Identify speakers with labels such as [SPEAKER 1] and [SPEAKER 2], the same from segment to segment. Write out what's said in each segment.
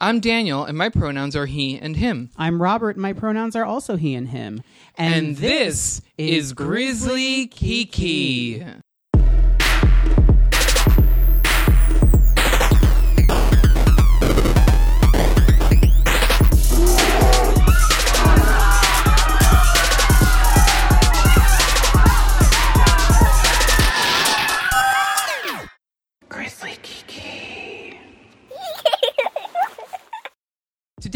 [SPEAKER 1] I'm Daniel, and my pronouns are he and him.
[SPEAKER 2] I'm Robert. My pronouns are also he and him.
[SPEAKER 1] And this is Grizzly Kiki.
[SPEAKER 2] Grizzly Kiki.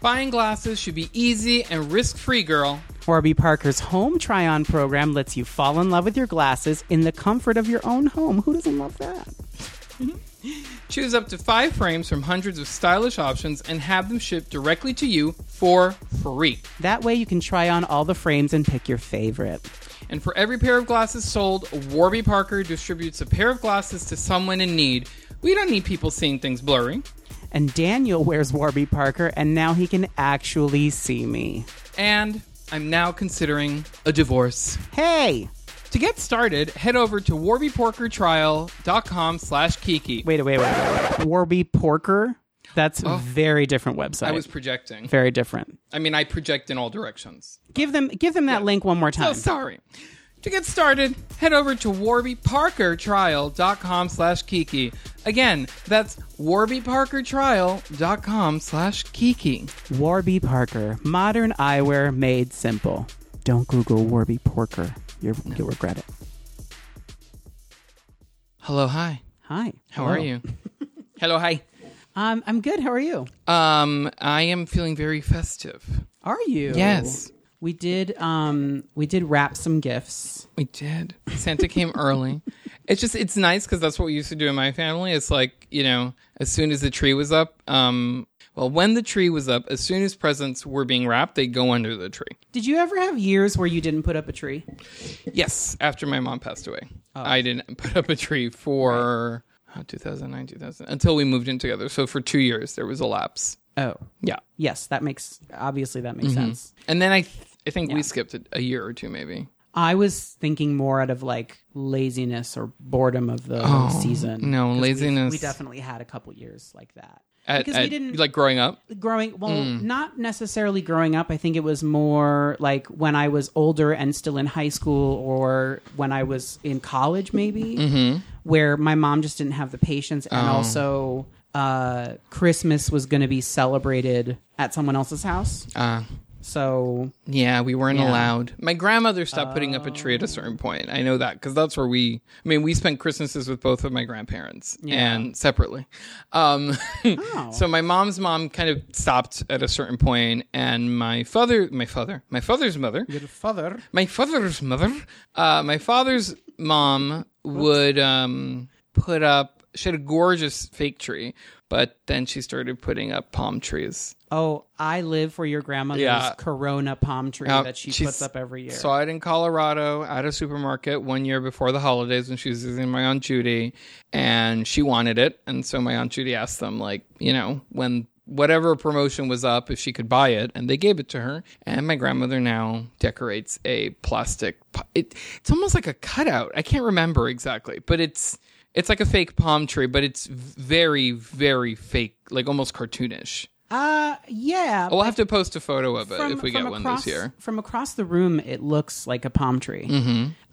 [SPEAKER 1] Buying glasses should be easy and risk free, girl.
[SPEAKER 2] Warby Parker's home try on program lets you fall in love with your glasses in the comfort of your own home. Who doesn't love that?
[SPEAKER 1] Choose up to five frames from hundreds of stylish options and have them shipped directly to you for free.
[SPEAKER 2] That way you can try on all the frames and pick your favorite.
[SPEAKER 1] And for every pair of glasses sold, Warby Parker distributes a pair of glasses to someone in need. We don't need people seeing things blurry.
[SPEAKER 2] And Daniel wears Warby Parker, and now he can actually see me.
[SPEAKER 1] And I'm now considering a divorce.
[SPEAKER 2] Hey!
[SPEAKER 1] To get started, head over to warbyporkertrial.com slash kiki.
[SPEAKER 2] Wait, wait, wait. Warby Porker? That's a very different website.
[SPEAKER 1] Oh. I was projecting.
[SPEAKER 2] very different.
[SPEAKER 1] I mean, I project in all directions.
[SPEAKER 2] Give them give them that link one
[SPEAKER 1] Oh,
[SPEAKER 2] more time.
[SPEAKER 1] sorry. To get started, head over to warbyparkertrial.com slash kiki. Again, that's warbyparkertrial.com slash kiki.
[SPEAKER 2] Warby Parker, modern eyewear made simple. Don't Google Warby Porker. You're, You'll regret it.
[SPEAKER 1] Hello, hi.
[SPEAKER 2] Hi.
[SPEAKER 1] How
[SPEAKER 2] Hello.
[SPEAKER 1] are you? Hello, hi.
[SPEAKER 2] Um, I'm good. How are you?
[SPEAKER 1] Um, I am feeling very festive. Oh.
[SPEAKER 2] Are you?
[SPEAKER 1] Yes.
[SPEAKER 2] We did. Um, we did wrap some gifts.
[SPEAKER 1] We did. Santa came early. It's just it's nice because that's what we used to do in my family. It's like you know, as soon as the tree was up, um, well, when the tree was up, as soon as presents were being wrapped, they go under the tree.
[SPEAKER 2] Did you ever have years where you didn't put up a tree?
[SPEAKER 1] Yes, after my mom passed away,
[SPEAKER 2] Oh.
[SPEAKER 1] I didn't put up a tree for uh, 2009, 2000 until we moved in together. So for two years, there was a lapse.
[SPEAKER 2] Oh, Mm-hmm.
[SPEAKER 1] Yeah,
[SPEAKER 2] yes. That makes obviously that makes sense.
[SPEAKER 1] and then I th- I think we skipped a, a year or two maybe.
[SPEAKER 2] I was thinking more out of like laziness or boredom of the season.
[SPEAKER 1] no,
[SPEAKER 2] 'Cause we-
[SPEAKER 1] laziness.
[SPEAKER 2] We definitely had a couple years like that
[SPEAKER 1] At,
[SPEAKER 2] because we
[SPEAKER 1] at-
[SPEAKER 2] didn't
[SPEAKER 1] like growing up.
[SPEAKER 2] growing well
[SPEAKER 1] Mm.
[SPEAKER 2] not necessarily growing up i think it was more like when i was older and still in high school or when i was in college maybe
[SPEAKER 1] Mm-hmm.
[SPEAKER 2] where my mom just didn't have the patience
[SPEAKER 1] Oh.
[SPEAKER 2] and also uh, christmas was going to be celebrated at someone else's house
[SPEAKER 1] Uh,
[SPEAKER 2] so
[SPEAKER 1] Yeah, we weren't allowed. My grandmother stopped putting up a tree at a certain point. I know that because that's where we. I mean, we spent Christmases with both of my grandparents and separately. Um, So my mom's mom kind of stopped at a certain point, and my father, my father, my father's mother,
[SPEAKER 2] your father
[SPEAKER 1] my father's mother, uh, my father's mom would um, put up. She had a gorgeous fake tree, but then she started putting up palm trees.
[SPEAKER 2] oh i live for your grandmother's
[SPEAKER 1] Yeah.
[SPEAKER 2] corona palm tree
[SPEAKER 1] Uh,
[SPEAKER 2] that she
[SPEAKER 1] she's-
[SPEAKER 2] puts up every year
[SPEAKER 1] Saw it in Colorado at a supermarket one year before the holidays when she was visiting my aunt Judy, and she wanted it, and so my aunt Judy asked them like, you know, when whatever promotion was up, if she could buy it, and they gave it to her. And my grandmother now decorates a plastic. po- It, it's almost like a cutout. I can't remember exactly, but it's. It's like a fake palm tree, but it's very, very fake, like almost cartoonish.
[SPEAKER 2] uh yeah
[SPEAKER 1] We'll have to post a photo of it if we get one
[SPEAKER 2] across,
[SPEAKER 1] this year. Mm-hmm.
[SPEAKER 2] From across the room, it looks like a palm tree.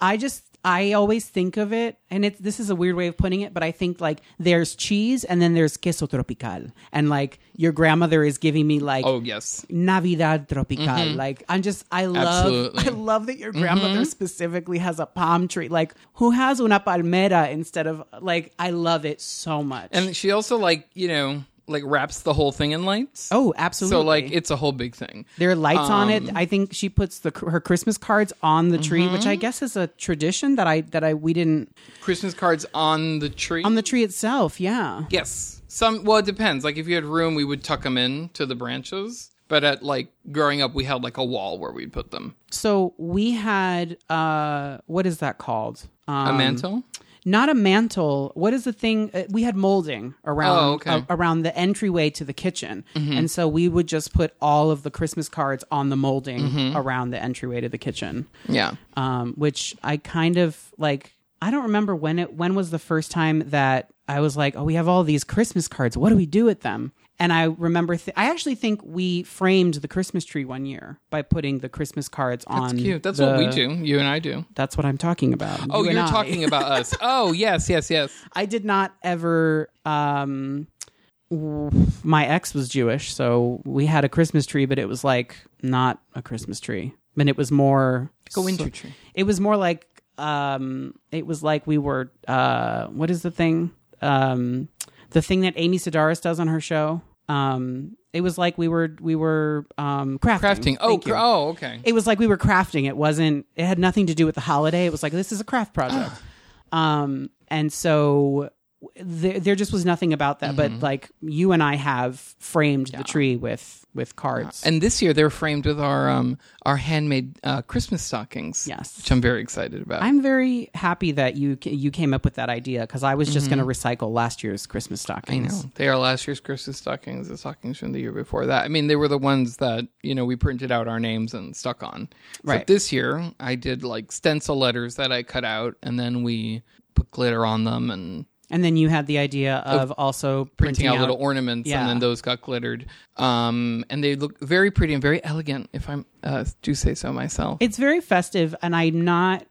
[SPEAKER 2] I just, I always think of it, and it's this is a weird way of putting it, but I think like there's cheese and then there's queso tropical, and like your grandmother is giving me like.
[SPEAKER 1] Oh yes,
[SPEAKER 2] Navidad tropical, like I'm just I love
[SPEAKER 1] Absolutely. Mm-hmm.
[SPEAKER 2] I love that your grandmother specifically has a palm tree, like who has una palmera instead of like I love it so much.
[SPEAKER 1] And she also like, you know, like wraps the whole thing in lights.
[SPEAKER 2] oh, absolutely!
[SPEAKER 1] So like it's a whole big thing.
[SPEAKER 2] There are lights on
[SPEAKER 1] Um,
[SPEAKER 2] it. I think she puts the her Christmas cards on the tree, which
[SPEAKER 1] Mm-hmm.
[SPEAKER 2] I guess is a tradition that I that I we didn't
[SPEAKER 1] Christmas cards on the tree.
[SPEAKER 2] on the tree itself. Yeah.
[SPEAKER 1] yes. Some well it depends. Like if you had room we would tuck them in to the branches, but at like growing up we had like a wall where we'd put them.
[SPEAKER 2] So we had uh what is that called?
[SPEAKER 1] a mantle?
[SPEAKER 2] not a mantle. What is the thing? uh, We had molding around
[SPEAKER 1] Oh, okay. Mm-hmm.
[SPEAKER 2] uh, around the entryway to the kitchen, and so we would just put all of the Christmas cards on the molding
[SPEAKER 1] Mm-hmm.
[SPEAKER 2] around the entryway to the kitchen.
[SPEAKER 1] Yeah.
[SPEAKER 2] Um, which I kind of like. I don't remember when it when was the first time that I was like, oh, we have all these Christmas cards. What do we do with them? And I remember, th- I actually think we framed the Christmas tree one year by putting the Christmas cards on.
[SPEAKER 1] That's cute. That's
[SPEAKER 2] the-
[SPEAKER 1] what we do. You and I do.
[SPEAKER 2] That's what I'm talking about.
[SPEAKER 1] Oh,
[SPEAKER 2] You and
[SPEAKER 1] you're
[SPEAKER 2] I.
[SPEAKER 1] talking about us. Oh, yes, yes, yes.
[SPEAKER 2] I did not ever. Um, w- my ex was Jewish, so we had a Christmas tree, but it was like not a Christmas tree. And it was more.
[SPEAKER 1] Go into tree.
[SPEAKER 2] It was more like. Um, it was like we were. Uh, what is the thing? Um, the thing that Amy Sedaris does on her show. Um, it was like we were we were um, crafting.
[SPEAKER 1] Crafting. Oh,
[SPEAKER 2] Thank
[SPEAKER 1] cr-
[SPEAKER 2] you.
[SPEAKER 1] oh, okay.
[SPEAKER 2] It was like we were crafting. It wasn't. It had nothing to do with the holiday. It was like this is a craft project. um, and so there, there just was nothing about that.
[SPEAKER 1] Mm-hmm.
[SPEAKER 2] But like you and I have framed the tree with with cards.
[SPEAKER 1] And this year they're framed with our um our handmade uh, Christmas stockings.
[SPEAKER 2] Yes.
[SPEAKER 1] which I'm very excited about.
[SPEAKER 2] I'm very happy that you ca- you came up with that idea because I was just going to recycle last year's Christmas
[SPEAKER 1] Mm-hmm. I
[SPEAKER 2] stockings.
[SPEAKER 1] know they are last year's Christmas stockings, the stockings from the year before that. I mean, they were the ones that you know we printed out our names and stuck on.
[SPEAKER 2] Right.
[SPEAKER 1] But this year I did like stencil letters that I cut out, and then we put glitter on them and
[SPEAKER 2] And then you had the idea of also
[SPEAKER 1] printing
[SPEAKER 2] printing
[SPEAKER 1] out, little ornaments
[SPEAKER 2] Yeah.
[SPEAKER 1] and then those got glittered um and they look very pretty and very elegant if i'm uh do say so myself
[SPEAKER 2] It's very festive, and I'm not.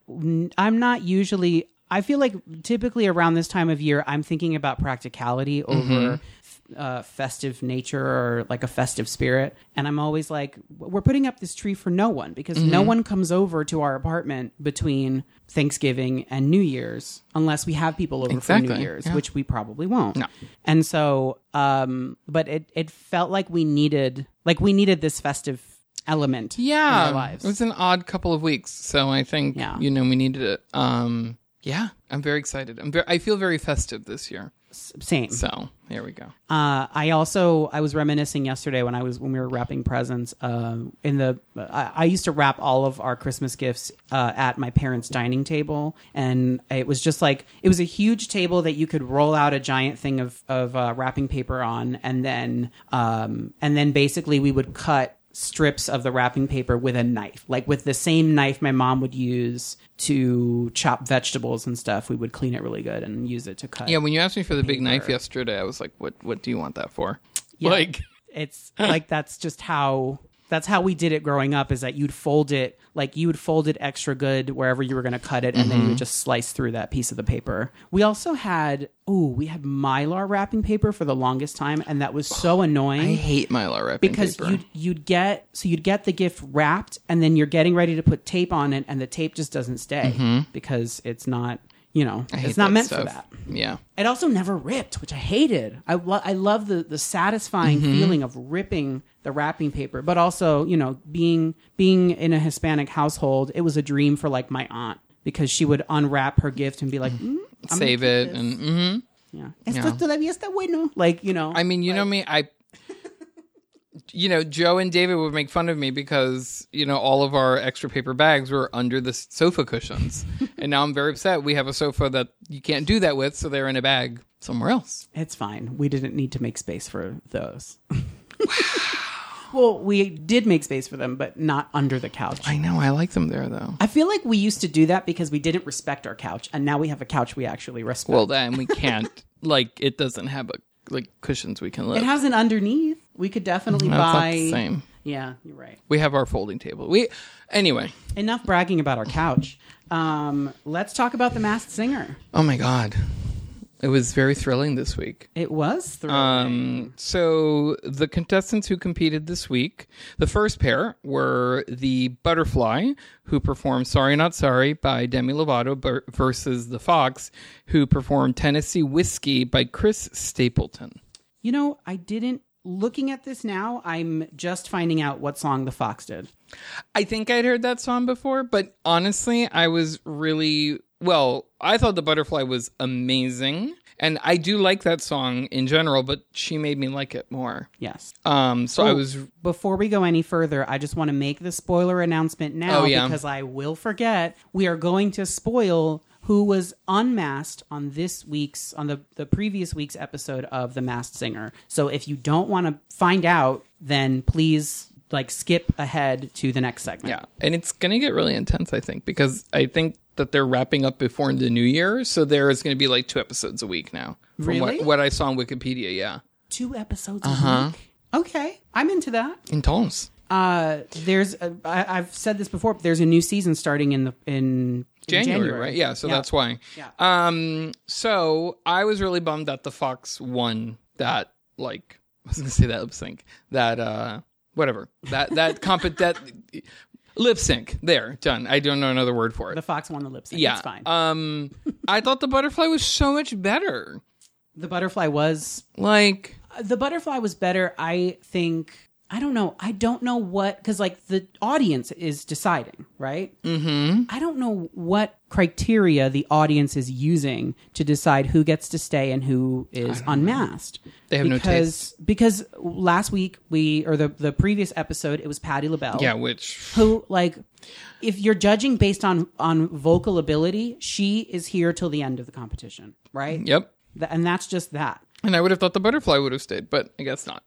[SPEAKER 2] I'm not usually. I feel like typically around this time of year, I'm thinking about practicality over f
[SPEAKER 1] Mm-hmm.
[SPEAKER 2] uh, festive nature or like a festive spirit, and I'm always like, we're putting up this tree for no one because
[SPEAKER 1] Mm-hmm.
[SPEAKER 2] no one comes over to our apartment between Thanksgiving and New Year's unless we have people over for New
[SPEAKER 1] Exactly,
[SPEAKER 2] Year's,
[SPEAKER 1] yeah.
[SPEAKER 2] which we probably won't. No. And so, um, but it it felt like we needed like we needed this festive element
[SPEAKER 1] yeah
[SPEAKER 2] in our lives.
[SPEAKER 1] it was an odd couple of weeks so i think
[SPEAKER 2] Yeah.
[SPEAKER 1] you know we needed it um yeah i'm very excited i'm very i feel very festive this year
[SPEAKER 2] same.
[SPEAKER 1] so here we go
[SPEAKER 2] Uh, I also I was reminiscing yesterday when I was when we were wrapping presents. Uh, in the I, I used to wrap all of our Christmas gifts uh, at my parents' dining table, and it was just like it was a huge table that you could roll out a giant thing of of uh, wrapping paper on, and then um, and then basically we would cut strips of the wrapping paper with a knife like with the same knife my mom would use to chop vegetables and stuff we would clean it really good and use it to cut
[SPEAKER 1] yeah when you asked me for the big knife yesterday i was like what what do you want that for like
[SPEAKER 2] it's like that's just how that's how we did it growing up is that you'd fold it like you would fold it extra good wherever you were going to cut it and then you
[SPEAKER 1] Mm-hmm.
[SPEAKER 2] would just slice through that piece of the paper we also had oh we had mylar wrapping paper for the longest time and that was so
[SPEAKER 1] i
[SPEAKER 2] annoying
[SPEAKER 1] hate mylar wrapping
[SPEAKER 2] because
[SPEAKER 1] paper.
[SPEAKER 2] you'd, you'd get so you'd get the gift wrapped and then you're getting ready to put tape on it and the tape just doesn't stay because it's not you know
[SPEAKER 1] Mm-hmm. I hate
[SPEAKER 2] it's not
[SPEAKER 1] that
[SPEAKER 2] meant for
[SPEAKER 1] stuff.
[SPEAKER 2] that
[SPEAKER 1] yeah
[SPEAKER 2] it also never ripped, which I hated. I lo- I love the the satisfying
[SPEAKER 1] Mm-hmm.
[SPEAKER 2] feeling of ripping the wrapping paper, but also you know being being in a Hispanic household, it was a dream for like my aunt because she would unwrap her gift and be like,
[SPEAKER 1] Mm-hmm.
[SPEAKER 2] mm, I'm gonna
[SPEAKER 1] save
[SPEAKER 2] keep
[SPEAKER 1] it
[SPEAKER 2] this."
[SPEAKER 1] and mhm.
[SPEAKER 2] Yeah. Esto todavía está bueno. Like you know,
[SPEAKER 1] I mean, you know me, I you know, Joe and David would make fun of me because, you know, all of our extra paper bags were under the s- sofa cushions. and now I'm very upset. We have a sofa that you can't do that with, so they're in a bag somewhere else.
[SPEAKER 2] it's fine. We didn't need to make space for those. well, we did make space for them, but not under the couch.
[SPEAKER 1] I know, I like them there though.
[SPEAKER 2] I feel like we used to do that because we didn't respect our couch, and now we have a couch we actually respect.
[SPEAKER 1] Well, then we can't like it doesn't have a like cushions we can lift.
[SPEAKER 2] It has an underneath. We could definitely
[SPEAKER 1] That's
[SPEAKER 2] buy.
[SPEAKER 1] not the same.
[SPEAKER 2] Yeah, you're right.
[SPEAKER 1] We have our folding table. We anyway.
[SPEAKER 2] Enough bragging about our couch. Um, let's talk about the Masked Singer.
[SPEAKER 1] Oh my god. It was very thrilling this week.
[SPEAKER 2] It was thrilling.
[SPEAKER 1] Um, so the contestants who competed this week, the first pair were the Butterfly, who performed "Sorry Not Sorry" by Demi Lovato ber- versus the Fox, who performed "Tennessee Whiskey" by Chris Stapleton.
[SPEAKER 2] you know, I didn't. Looking at this now, I'm just finding out what song the Fox did.
[SPEAKER 1] I think I'd heard that song before, but honestly, I was really well. I thought the Butterfly was amazing, and I do like that song in general, but she made me like it more.
[SPEAKER 2] Yes.
[SPEAKER 1] Um, so I was
[SPEAKER 2] Before we go any further, I just want to make the spoiler announcement now
[SPEAKER 1] Oh, yeah.
[SPEAKER 2] because I will forget. We are going to spoil who was unmasked on this week's on the the previous week's episode of The Masked Singer. So if you don't want to find out, then please like skip ahead to the next segment.
[SPEAKER 1] Yeah. And it's going to get really intense, I think, because I think that they're wrapping up before the new year. So there is going to be like two episodes a week now. From
[SPEAKER 2] Really?
[SPEAKER 1] what, what I saw on Wikipedia. Yeah.
[SPEAKER 2] Two episodes
[SPEAKER 1] Uh-huh.
[SPEAKER 2] a week. Okay, I'm into that.
[SPEAKER 1] Intense.
[SPEAKER 2] Uh, there's a, I, I've said this before, but there's a new season starting in the in in
[SPEAKER 1] January, right? Yeah, so that's why.
[SPEAKER 2] Yeah.
[SPEAKER 1] Um. So I was really bummed that the Fox won that. Like I was gonna say that lip sync. That uh, whatever. That that comp that lip sync. There, done. I don't know another word for it.
[SPEAKER 2] the Fox won the lip sync.
[SPEAKER 1] yeah.
[SPEAKER 2] it's fine.
[SPEAKER 1] Um. I thought the butterfly was so much better.
[SPEAKER 2] the butterfly was
[SPEAKER 1] Like
[SPEAKER 2] the butterfly was better. I think I don't know. I don't know what because like the audience is deciding, right? Mm-hmm. I don't know what criteria the audience is using to decide who gets to stay and who is unmasked.
[SPEAKER 1] They have no
[SPEAKER 2] because, Because last week we or the the previous episode it was Patti LaBelle.
[SPEAKER 1] yeah, which
[SPEAKER 2] who like if you're judging based on on vocal ability she is here till the end of the competition right
[SPEAKER 1] yep.
[SPEAKER 2] Th- and that's just that
[SPEAKER 1] And I would have thought the butterfly would have stayed, but I guess not.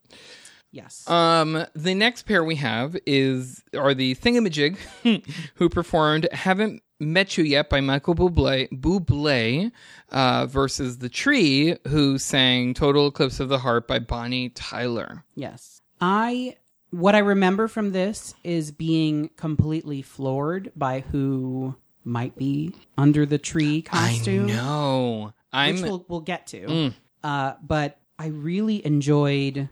[SPEAKER 2] yes
[SPEAKER 1] Um, the next pair we have is are the Thingamajig, who performed "Haven't Met You Yet" by Michael Bublé, Bublé uh, versus the Tree, who sang "Total Eclipse of the Heart" by Bonnie Tyler.
[SPEAKER 2] yes i what i remember from this is being completely floored by who might be under the tree costume
[SPEAKER 1] No, I'm
[SPEAKER 2] which we'll, we'll get to
[SPEAKER 1] Mm.
[SPEAKER 2] uh, but i really enjoyed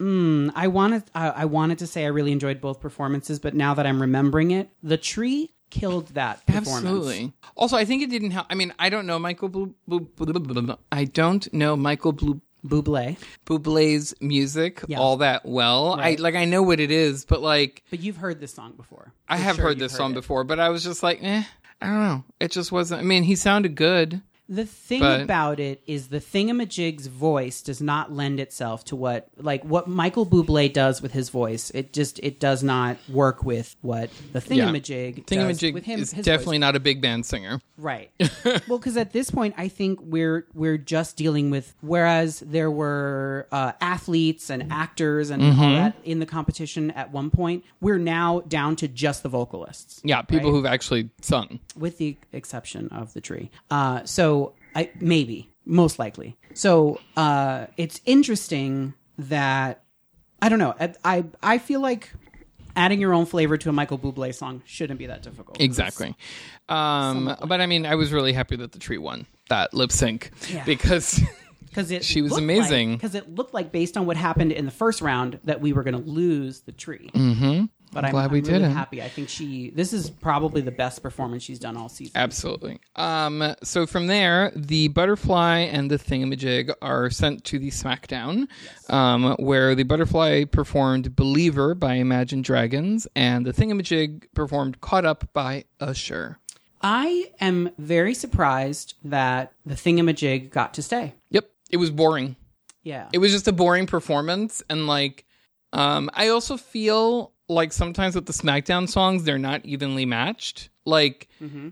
[SPEAKER 2] Mm, I wanted I, I wanted to say I really enjoyed both performances, but now that I'm remembering it, the tree killed that performance.
[SPEAKER 1] absolutely. Also, I think it didn't help. I mean, I don't know Michael. Blu- Blu- Blu- Blu- Blu- I don't know Michael Blu-
[SPEAKER 2] Buble.
[SPEAKER 1] Bublé's music
[SPEAKER 2] Yeah.
[SPEAKER 1] all that well. I like. I know what it is, but like.
[SPEAKER 2] But you've heard this song before.
[SPEAKER 1] I have heard this song before, but I was just like, eh, I don't know. It just wasn't. I mean, he sounded good.
[SPEAKER 2] The thing
[SPEAKER 1] But-
[SPEAKER 2] about it is the thingamajig's voice does not lend itself to what like what Michael Bublé does with his voice. It just it does not work with what the thingamajig does
[SPEAKER 1] Thingamajig
[SPEAKER 2] with him.
[SPEAKER 1] is
[SPEAKER 2] his
[SPEAKER 1] definitely not a big band singer.
[SPEAKER 2] voice. right. well, because at this point, I think we're we're just dealing with whereas there were uh, athletes and actors and all
[SPEAKER 1] Mm-hmm.
[SPEAKER 2] that in the competition at one point. We're now down to just the vocalists.
[SPEAKER 1] Yeah, people who've actually sung.
[SPEAKER 2] with the exception of the tree. Uh, so I maybe most likely. So uh, it's interesting that I don't know. I, I I feel like adding your own flavor to a Michael Bublé song shouldn't be that difficult.
[SPEAKER 1] Exactly. Um, but I mean, I was really happy that the tree won that lip sync because
[SPEAKER 2] because it
[SPEAKER 1] She was amazing.
[SPEAKER 2] Because it looked like based on what happened in the first round that we were going to lose the tree. Mm-hmm. But I'm,
[SPEAKER 1] glad
[SPEAKER 2] I'm
[SPEAKER 1] we
[SPEAKER 2] really
[SPEAKER 1] didn't.
[SPEAKER 2] happy. I think she. This is probably the best performance she's done all season.
[SPEAKER 1] absolutely. Um, so from there, the butterfly and the thingamajig are sent to the SmackDown, um, where the butterfly performed "Believer" by Imagine Dragons, and the thingamajig performed "Caught Up" by Usher.
[SPEAKER 2] I am very surprised that the thingamajig got to stay.
[SPEAKER 1] Yep. It was boring.
[SPEAKER 2] Yeah.
[SPEAKER 1] It was just a boring performance and like um I also feel like sometimes with the SmackDown songs they're not evenly matched. Like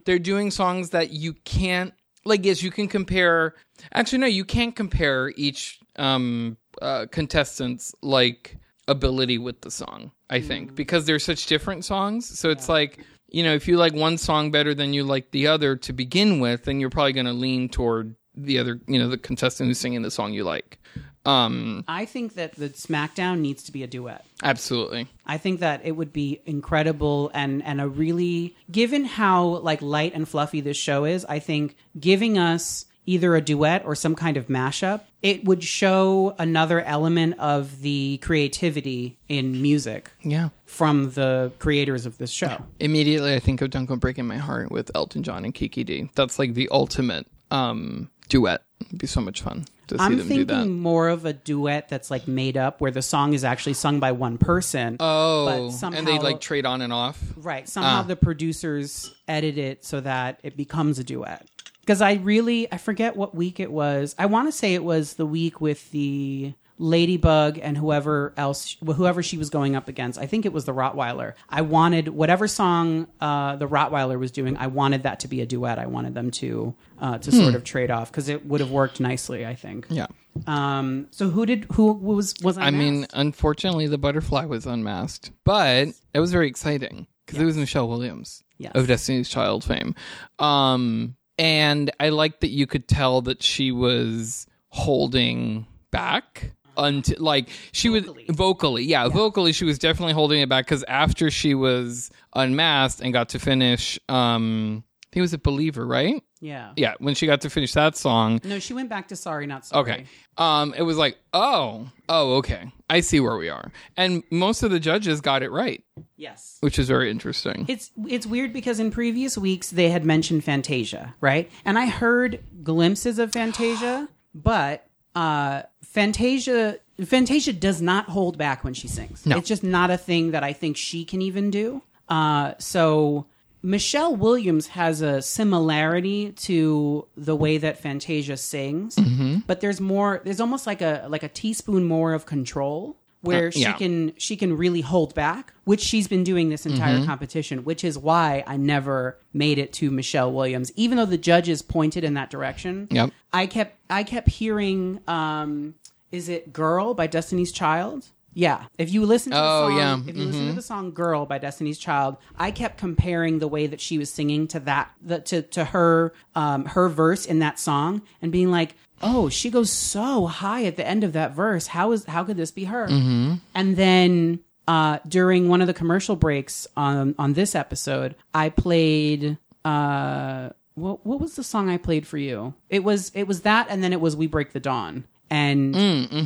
[SPEAKER 1] they're doing songs that you can't like yes, you can compare actually no, you can't compare each um uh contestant's like ability with the song, I think, because they're such different songs. So it's like you know, if you like one song better than you like the other to begin with, then you're probably going to lean toward the other, you know, the contestant who's singing the song you like. Um,
[SPEAKER 2] I think that the SmackDown needs to be a duet.
[SPEAKER 1] absolutely.
[SPEAKER 2] I think that it would be incredible and and a really given how like light and fluffy this show is, I think giving us either a duet or some kind of mashup, it would show another element of the creativity in music
[SPEAKER 1] Yeah.
[SPEAKER 2] from the creators of this show.
[SPEAKER 1] Immediately I think of Don't Go Breaking My Heart with Elton John and Kiki D. That's like the ultimate um duet. It'd be so much fun to see
[SPEAKER 2] I'm
[SPEAKER 1] them do that.
[SPEAKER 2] thinking more of a duet that's like made up where the song is actually sung by one person.
[SPEAKER 1] Oh,
[SPEAKER 2] somehow-
[SPEAKER 1] and they like trade on and off.
[SPEAKER 2] Right. Somehow the producers edit it so that it becomes a duet. Because I really, I forget what week it was. I want to say it was the week with the Ladybug and whoever else, whoever she was going up against. I think it was the Rottweiler. I wanted whatever song uh, the Rottweiler was doing. I wanted that to be a duet. I wanted them to uh, to
[SPEAKER 1] Hmm.
[SPEAKER 2] sort of trade off because it would have worked nicely. I think.
[SPEAKER 1] Yeah.
[SPEAKER 2] Um. So who did who was was
[SPEAKER 1] I mean, unfortunately, the butterfly was unmasked, but it was very exciting because it was Michelle Williams
[SPEAKER 2] Yes.
[SPEAKER 1] of Destiny's Child fame. Um, and I liked that you could tell that she was holding back until, like, she
[SPEAKER 2] Vocally.
[SPEAKER 1] was vocally, yeah, vocally, she was definitely holding it back because after she was unmasked and got to finish, um, I think it was a believer, right?
[SPEAKER 2] yeah.
[SPEAKER 1] Yeah, when she got to finish that song,
[SPEAKER 2] No, she went back to sorry, not sorry.
[SPEAKER 1] Okay. Um, it was like, oh, oh, okay. I see where we are. And most of the judges got it right,
[SPEAKER 2] Yes.
[SPEAKER 1] which is very interesting.
[SPEAKER 2] It's it's weird because in previous weeks they had mentioned Fantasia, right? And I heard glimpses of Fantasia, but uh Fantasia Fantasia does not hold back when she sings. It's just not a thing that I think she can even do. Uh so Michelle Williams has a similarity to the way that Fantasia sings, but there's more there's almost like a like a teaspoon more of control where she
[SPEAKER 1] yeah.
[SPEAKER 2] can can- she can really hold back, which she's been doing this entire
[SPEAKER 1] Mm-hmm.
[SPEAKER 2] competition, which is why I never made it to Michelle Williams, even though the judges pointed in that direction.
[SPEAKER 1] Yep.
[SPEAKER 2] I kept I kept hearing, um, is it "Girl" by Destiny's Child? Yeah. If you listen to the
[SPEAKER 1] Oh,
[SPEAKER 2] song,
[SPEAKER 1] yeah.
[SPEAKER 2] if you listen to the song "Girl" by Destiny's Child, I kept comparing the way that she was singing to that the, to to her um, her verse in that song and being like. Oh, she goes so high at the end of that verse. How is how could this be her?
[SPEAKER 1] Mm-hmm.
[SPEAKER 2] And then uh, during one of the commercial breaks on on this episode, I played uh, what what was the song I played for you? It was it was that, and then it was We Break the Dawn, and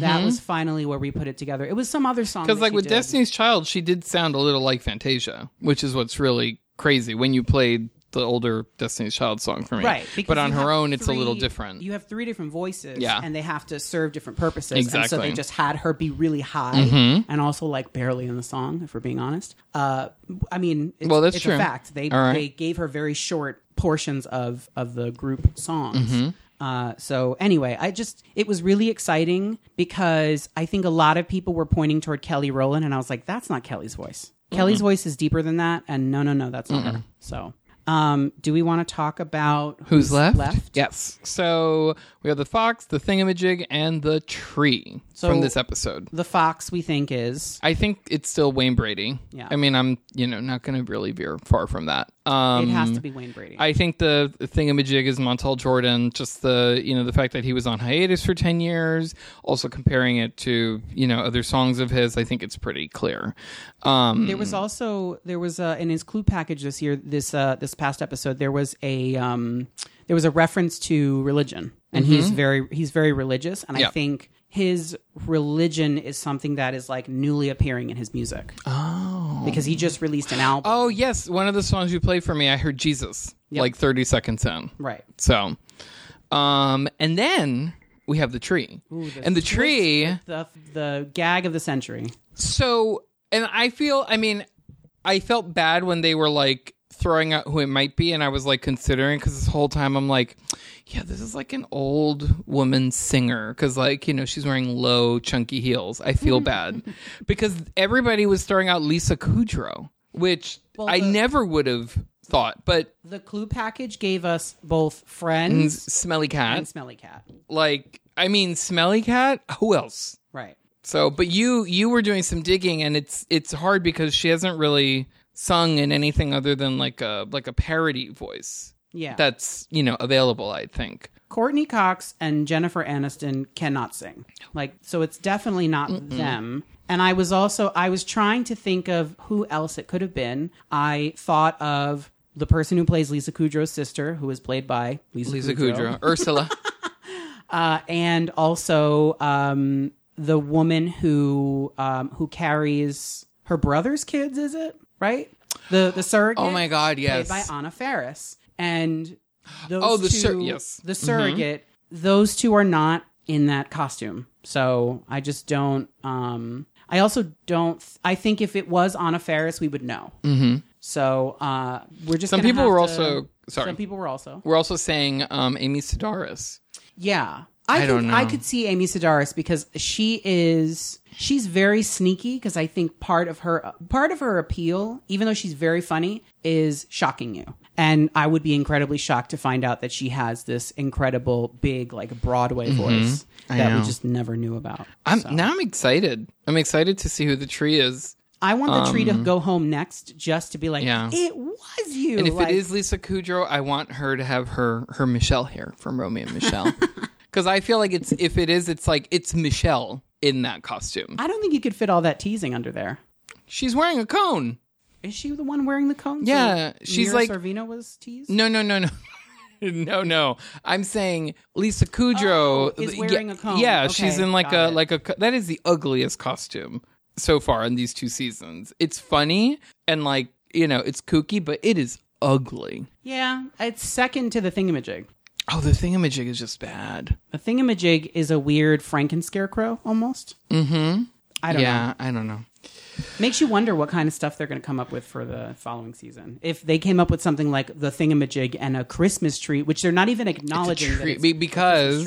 [SPEAKER 2] that was finally where we put it together. It was some other song
[SPEAKER 1] Because, Mm,
[SPEAKER 2] that
[SPEAKER 1] mm-hmm. like
[SPEAKER 2] she
[SPEAKER 1] with
[SPEAKER 2] did.
[SPEAKER 1] Destiny's Child, she did sound a little like Fantasia, which is what's really crazy when you played the older Destiny's Child song for me.
[SPEAKER 2] Right, because
[SPEAKER 1] But on
[SPEAKER 2] you
[SPEAKER 1] her
[SPEAKER 2] have
[SPEAKER 1] own, it's a little
[SPEAKER 2] three-
[SPEAKER 1] different.
[SPEAKER 2] You have three different voices,
[SPEAKER 1] Yeah.
[SPEAKER 2] and they have to serve different purposes. And so
[SPEAKER 1] Exactly. Mm-hmm.
[SPEAKER 2] they just had her be really high and also like barely in the song, if we're being honest. Uh, I mean, it's,
[SPEAKER 1] Well, that's
[SPEAKER 2] it's
[SPEAKER 1] true.
[SPEAKER 2] a fact. They
[SPEAKER 1] All right.
[SPEAKER 2] they gave her very short portions of of the group songs.
[SPEAKER 1] Mm-hmm.
[SPEAKER 2] Uh, so anyway, I just it was really exciting because I think a lot of people were pointing toward Kelly Rowland, and I was like, that's not Kelly's voice. Kelly's voice is deeper than that, and no, no, no, that's not her. So. Um, do we want to talk about
[SPEAKER 1] Who's left? Yes. So we have the fox, the thingamajig, and the tree from
[SPEAKER 2] So-
[SPEAKER 1] this episode.
[SPEAKER 2] The fox we think is
[SPEAKER 1] I think it's still Wayne Brady.
[SPEAKER 2] Yeah.
[SPEAKER 1] I mean, I'm, you know, not going to really veer far from that. Um,
[SPEAKER 2] it has to be Wayne Brady.
[SPEAKER 1] I think the thingamajig is Montel Jordan. Just the you know the fact that he was on hiatus for ten years. Also comparing it to you know other songs of his, I think it's pretty clear. Um,
[SPEAKER 2] there was also there was uh, in his clue package this year this uh, this past episode there was a um, there was a reference to religion and he's very he's very religious and
[SPEAKER 1] Yeah.
[SPEAKER 2] I think his religion is something that is like newly appearing in his music. Oh. Because he just released an album.
[SPEAKER 1] oh yes, one of the songs you played for me, I heard Jesus like thirty seconds in.
[SPEAKER 2] Right.
[SPEAKER 1] So, um, and then we have the tree and the tree.
[SPEAKER 2] The the gag of the century.
[SPEAKER 1] So, and I feel, I mean, I felt bad when they were like throwing out who it might be, and I was like considering because this whole time I'm like, yeah, this is like an old woman singer because, like, you know, she's wearing low, chunky heels. I feel bad because everybody was throwing out Lisa Kudrow, which I never would have thought, but
[SPEAKER 2] The clue package gave us both friends
[SPEAKER 1] Smelly Cat,
[SPEAKER 2] and Smelly Cat.
[SPEAKER 1] like, I mean, Smelly Cat, who else?
[SPEAKER 2] Right.
[SPEAKER 1] So, but you you were doing some digging, and it's it's hard because she hasn't really sung in anything other than like a like a parody voice
[SPEAKER 2] Yeah.
[SPEAKER 1] that's you know available. I think.
[SPEAKER 2] Courtney Cox and Jennifer Aniston cannot sing. Like so it's definitely not them. And I was also I was trying to think of who else it could have been. I thought of the person who plays Lisa Kudrow's sister, who is played by Lisa,
[SPEAKER 1] Lisa Kudrow,
[SPEAKER 2] Kudrow,
[SPEAKER 1] Ursula.
[SPEAKER 2] Uh, and also um, the woman who um, who carries her brother's kids. Is it right? The the surrogate.
[SPEAKER 1] Oh my God, yes.
[SPEAKER 2] played by Anna Faris. And those
[SPEAKER 1] Oh, the
[SPEAKER 2] two,
[SPEAKER 1] sur- yes. Mm-hmm.
[SPEAKER 2] the surrogate. Those two are not in that costume, so I just don't. Um, I also don't. I think if it was Anna Faris, we would know. Mm-hmm. So uh, we're just
[SPEAKER 1] Some
[SPEAKER 2] gonna
[SPEAKER 1] people
[SPEAKER 2] have
[SPEAKER 1] were
[SPEAKER 2] to-
[SPEAKER 1] also- sorry.
[SPEAKER 2] Some people were also
[SPEAKER 1] We're also saying um, Amy Sedaris.
[SPEAKER 2] yeah. I,
[SPEAKER 1] I
[SPEAKER 2] could,
[SPEAKER 1] don't
[SPEAKER 2] I
[SPEAKER 1] know.
[SPEAKER 2] could see Amy Sedaris because she is she's very sneaky because I think part of her part of her appeal, even though she's very funny, is shocking you. And I would be incredibly shocked to find out that she has this incredible big like Broadway voice
[SPEAKER 1] Mm-hmm. I
[SPEAKER 2] that
[SPEAKER 1] know.
[SPEAKER 2] we just never knew about.
[SPEAKER 1] I'm now I'm excited. I'm excited to see who the tree is.
[SPEAKER 2] I want the tree to go home next just to be like,
[SPEAKER 1] Um, Yeah.
[SPEAKER 2] it was you.
[SPEAKER 1] And if
[SPEAKER 2] like,
[SPEAKER 1] it is Lisa Kudrow, I want her to have her her Michelle hair from Romeo and Michelle. Because I feel like it's if it is, it's like it's Michelle in that costume.
[SPEAKER 2] I don't think you could fit all that teasing under there.
[SPEAKER 1] She's wearing a cone.
[SPEAKER 2] Is she the one wearing the cones?
[SPEAKER 1] Yeah,
[SPEAKER 2] that
[SPEAKER 1] she's
[SPEAKER 2] Mira
[SPEAKER 1] like-
[SPEAKER 2] Sorvino was teased.
[SPEAKER 1] No, no, no, no. No, no. I'm saying Lisa Kudrow
[SPEAKER 2] Oh, is
[SPEAKER 1] yeah,
[SPEAKER 2] wearing a cone.
[SPEAKER 1] Yeah,
[SPEAKER 2] Okay,
[SPEAKER 1] she's in like a
[SPEAKER 2] got it.
[SPEAKER 1] like a co- that is the ugliest costume so far in these two seasons. It's funny and like you know it's kooky, but it is ugly.
[SPEAKER 2] Yeah, it's second to the thingamajig.
[SPEAKER 1] Oh, the thingamajig is just bad.
[SPEAKER 2] The thingamajig is a weird Franken scarecrow almost. Mm-hmm. I don't know.
[SPEAKER 1] yeah, I don't know.
[SPEAKER 2] Makes you wonder what kind of stuff they're going to come up with for the following season. If they came up with something like the thingamajig and a Christmas tree, which they're not even acknowledging that
[SPEAKER 1] tree-
[SPEAKER 2] it's
[SPEAKER 1] be-
[SPEAKER 2] a Christmas
[SPEAKER 1] because,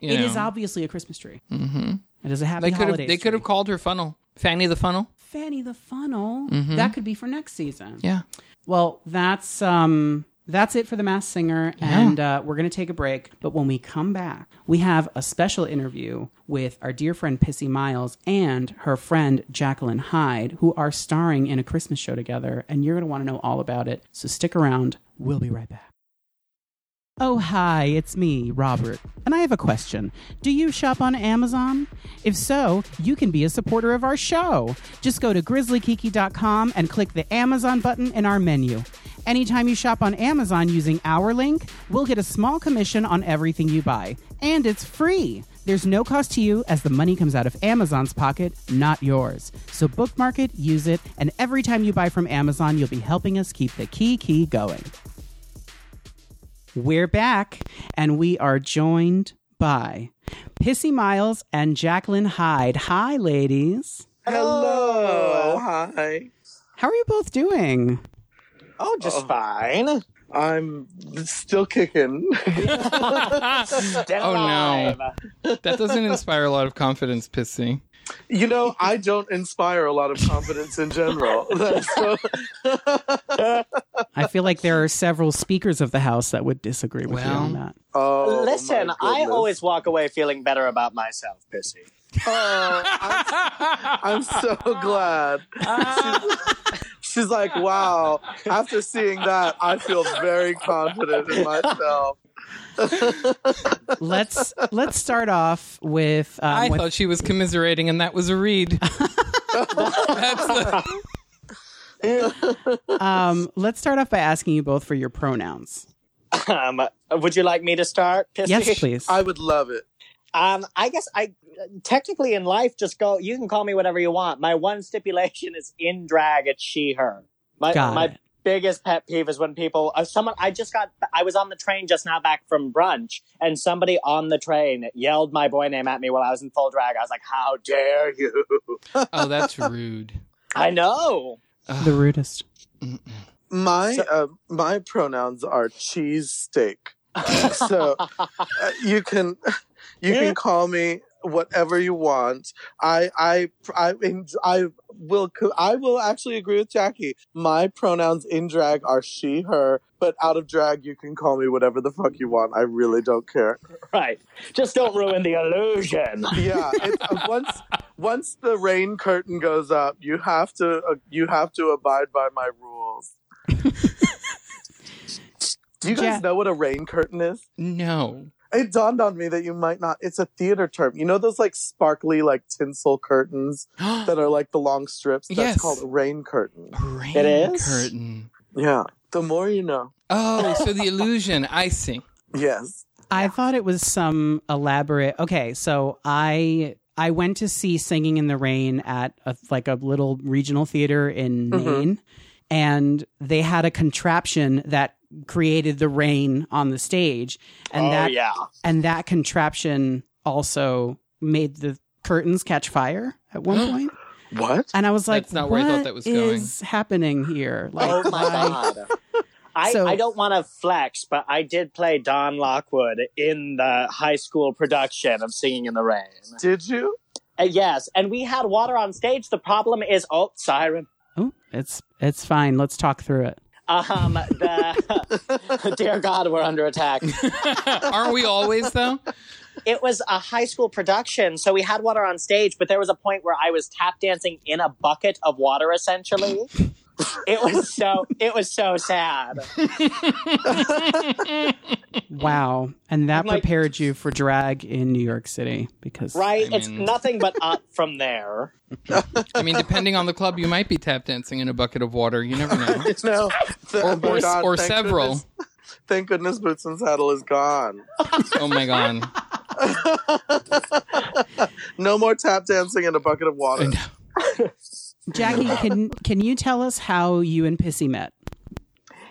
[SPEAKER 2] tree.
[SPEAKER 1] you
[SPEAKER 2] it is
[SPEAKER 1] know.
[SPEAKER 2] obviously a Christmas tree. Mm-hmm. It is a happy
[SPEAKER 1] They could have
[SPEAKER 2] holidays.
[SPEAKER 1] they could have called her funnel Fanny the funnel.
[SPEAKER 2] tree. Fanny the funnel.
[SPEAKER 1] Mm-hmm.
[SPEAKER 2] That could be for next season.
[SPEAKER 1] Yeah.
[SPEAKER 2] Well, that's um that's it for the Mass Singer, and uh, we're going to take a break. But when we come back, we have a special interview with our dear friend Pissy Miles and her friend Jacqueline Hyde, who are starring in a Christmas show together, and you're going to want to know all about it. So stick around. We'll be right back. Oh, hi, it's me, Robert. And I have a question. Do you shop on Amazon? If so, you can be a supporter of our show. Just go to grizzlykiki.com and click the Amazon button in our menu. Anytime you shop on Amazon using our link, we'll get a small commission on everything you buy. And it's free. There's no cost to you as the money comes out of Amazon's pocket, not yours. So bookmark it, use it, and every time you buy from Amazon, you'll be helping us keep the key key going. We're back, and we are joined by Pissy Miles and Jacqueline Hyde. Hi, ladies.
[SPEAKER 3] Hello. Oh, Hi. Um,
[SPEAKER 2] How are you both doing?
[SPEAKER 4] Oh, just fine.
[SPEAKER 3] I'm still kicking.
[SPEAKER 4] Dead
[SPEAKER 1] Oh, no.
[SPEAKER 4] alive.
[SPEAKER 1] That doesn't inspire a lot of confidence, Pissy.
[SPEAKER 3] you know, I don't inspire a lot of confidence in general. so,
[SPEAKER 2] I feel like there are several speakers of the house that would disagree with you
[SPEAKER 1] Well,
[SPEAKER 2] on that.
[SPEAKER 3] oh,
[SPEAKER 4] Listen,
[SPEAKER 3] my
[SPEAKER 4] I
[SPEAKER 3] goodness.
[SPEAKER 4] always walk away feeling better about myself, Pissy.
[SPEAKER 3] Oh, I'm, I'm so glad. She's like, wow. After seeing that, I feel very confident in myself.
[SPEAKER 2] Let's let's start off with um,
[SPEAKER 1] I
[SPEAKER 2] with-
[SPEAKER 1] thought she was commiserating, and that was a read. That's the,
[SPEAKER 2] um, let's start off by asking you both for your pronouns.
[SPEAKER 4] Um, would you like me to start, Pissy?
[SPEAKER 2] Yes, please.
[SPEAKER 3] I would love it.
[SPEAKER 4] Um, I guess I technically in life just go. You can call me whatever you want. My one stipulation is in drag. It's she/her. My
[SPEAKER 2] Got
[SPEAKER 4] my
[SPEAKER 2] it.
[SPEAKER 4] biggest pet peeve is when people. Uh, someone. I just got. I was on the train just now back from brunch, and somebody on the train yelled my boy name at me while I was in full drag. I was like, "How dare you!"
[SPEAKER 1] oh, that's rude.
[SPEAKER 4] I know.
[SPEAKER 2] the rudest.
[SPEAKER 3] My
[SPEAKER 4] So-
[SPEAKER 3] uh, my pronouns are cheesesteak. so uh, you can you
[SPEAKER 4] Yeah.
[SPEAKER 3] can call me whatever you want. I I I in, I will co- I will actually agree with Jackie. My pronouns in drag are she her, but out of drag you can call me whatever the fuck you want. I really don't care.
[SPEAKER 4] Right. Just don't ruin the illusion.
[SPEAKER 3] Yeah, it's, uh, once once the rain curtain goes up, you have to uh, you have to abide by my rules. Do you guys
[SPEAKER 2] Ja-
[SPEAKER 3] know what a rain curtain is?
[SPEAKER 1] No.
[SPEAKER 3] it dawned on me that you might not it's a theater term you know those like sparkly like tinsel curtains that are like the long strips that's
[SPEAKER 1] Yes.
[SPEAKER 3] called a rain curtain
[SPEAKER 1] Rain
[SPEAKER 4] It is?
[SPEAKER 1] curtain.
[SPEAKER 3] yeah the more you know
[SPEAKER 1] Oh, so the illusion. I see.
[SPEAKER 3] yes
[SPEAKER 2] I thought it was some elaborate. Okay, so I I went to see Singing in the Rain at a, like a little regional theater in
[SPEAKER 1] Mm-hmm.
[SPEAKER 3] Mhm.
[SPEAKER 2] Maine, and they had a contraption that created the rain on the stage, and
[SPEAKER 4] oh
[SPEAKER 2] that
[SPEAKER 4] yeah.
[SPEAKER 2] and that contraption also made the curtains catch fire at one point.
[SPEAKER 3] what
[SPEAKER 2] And I was like,
[SPEAKER 1] That's not where I thought
[SPEAKER 2] "What
[SPEAKER 1] that was going."
[SPEAKER 2] is happening here?" Like,
[SPEAKER 4] Oh my
[SPEAKER 2] why-
[SPEAKER 4] god. I,
[SPEAKER 2] So-
[SPEAKER 4] I don't want to flex, but I did play Don Lockwood in the high school production of Singing in the Rain.
[SPEAKER 3] Did you?
[SPEAKER 4] Uh, yes, and we had water on stage. The problem is, oh, siren.
[SPEAKER 2] Oh, it's it's fine. Let's talk through it.
[SPEAKER 4] Um, the dear God, we're under attack.
[SPEAKER 1] Aren't we always though?
[SPEAKER 4] It was a high school production, so we had water on stage, but there was a point where I was tap dancing in a bucket of water, essentially. it was so it was so sad.
[SPEAKER 2] Wow. And that
[SPEAKER 4] I'm like-
[SPEAKER 2] prepared you for drag in New York City because
[SPEAKER 4] Right?
[SPEAKER 1] I
[SPEAKER 4] it's
[SPEAKER 1] mean-
[SPEAKER 4] nothing but up from there.
[SPEAKER 1] I mean, depending on the club, you might be tap dancing in a bucket of water. You never know.
[SPEAKER 3] No. Th-
[SPEAKER 1] Or-
[SPEAKER 3] my
[SPEAKER 1] or- or
[SPEAKER 3] thank
[SPEAKER 1] several.
[SPEAKER 3] goodness- thank goodness Boots and Saddle is gone.
[SPEAKER 1] Oh my god.
[SPEAKER 3] No more tap dancing in a bucket of water.
[SPEAKER 2] Jackie, can can you tell us how you and Pissy met?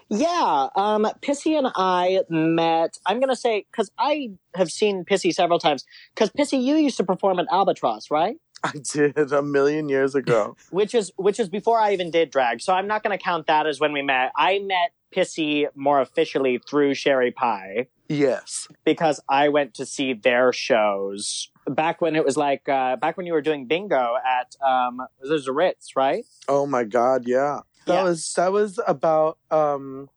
[SPEAKER 4] Yeah, um, Pissy and I met. I'm gonna say because I have seen Pissy several times. Because Pissy, you used to perform at Albatross, right?
[SPEAKER 3] I did a million years ago.
[SPEAKER 4] Which is which is before I even did drag, so I'm not gonna count that as when we met. I met Pissy more officially through Sherry Pie
[SPEAKER 3] yes.
[SPEAKER 4] because I went to see their shows back when it was like uh, back when you were doing bingo at um, there's a Ritz, right?
[SPEAKER 3] Oh my god, yeah. That
[SPEAKER 4] Yeah.
[SPEAKER 3] was that was about um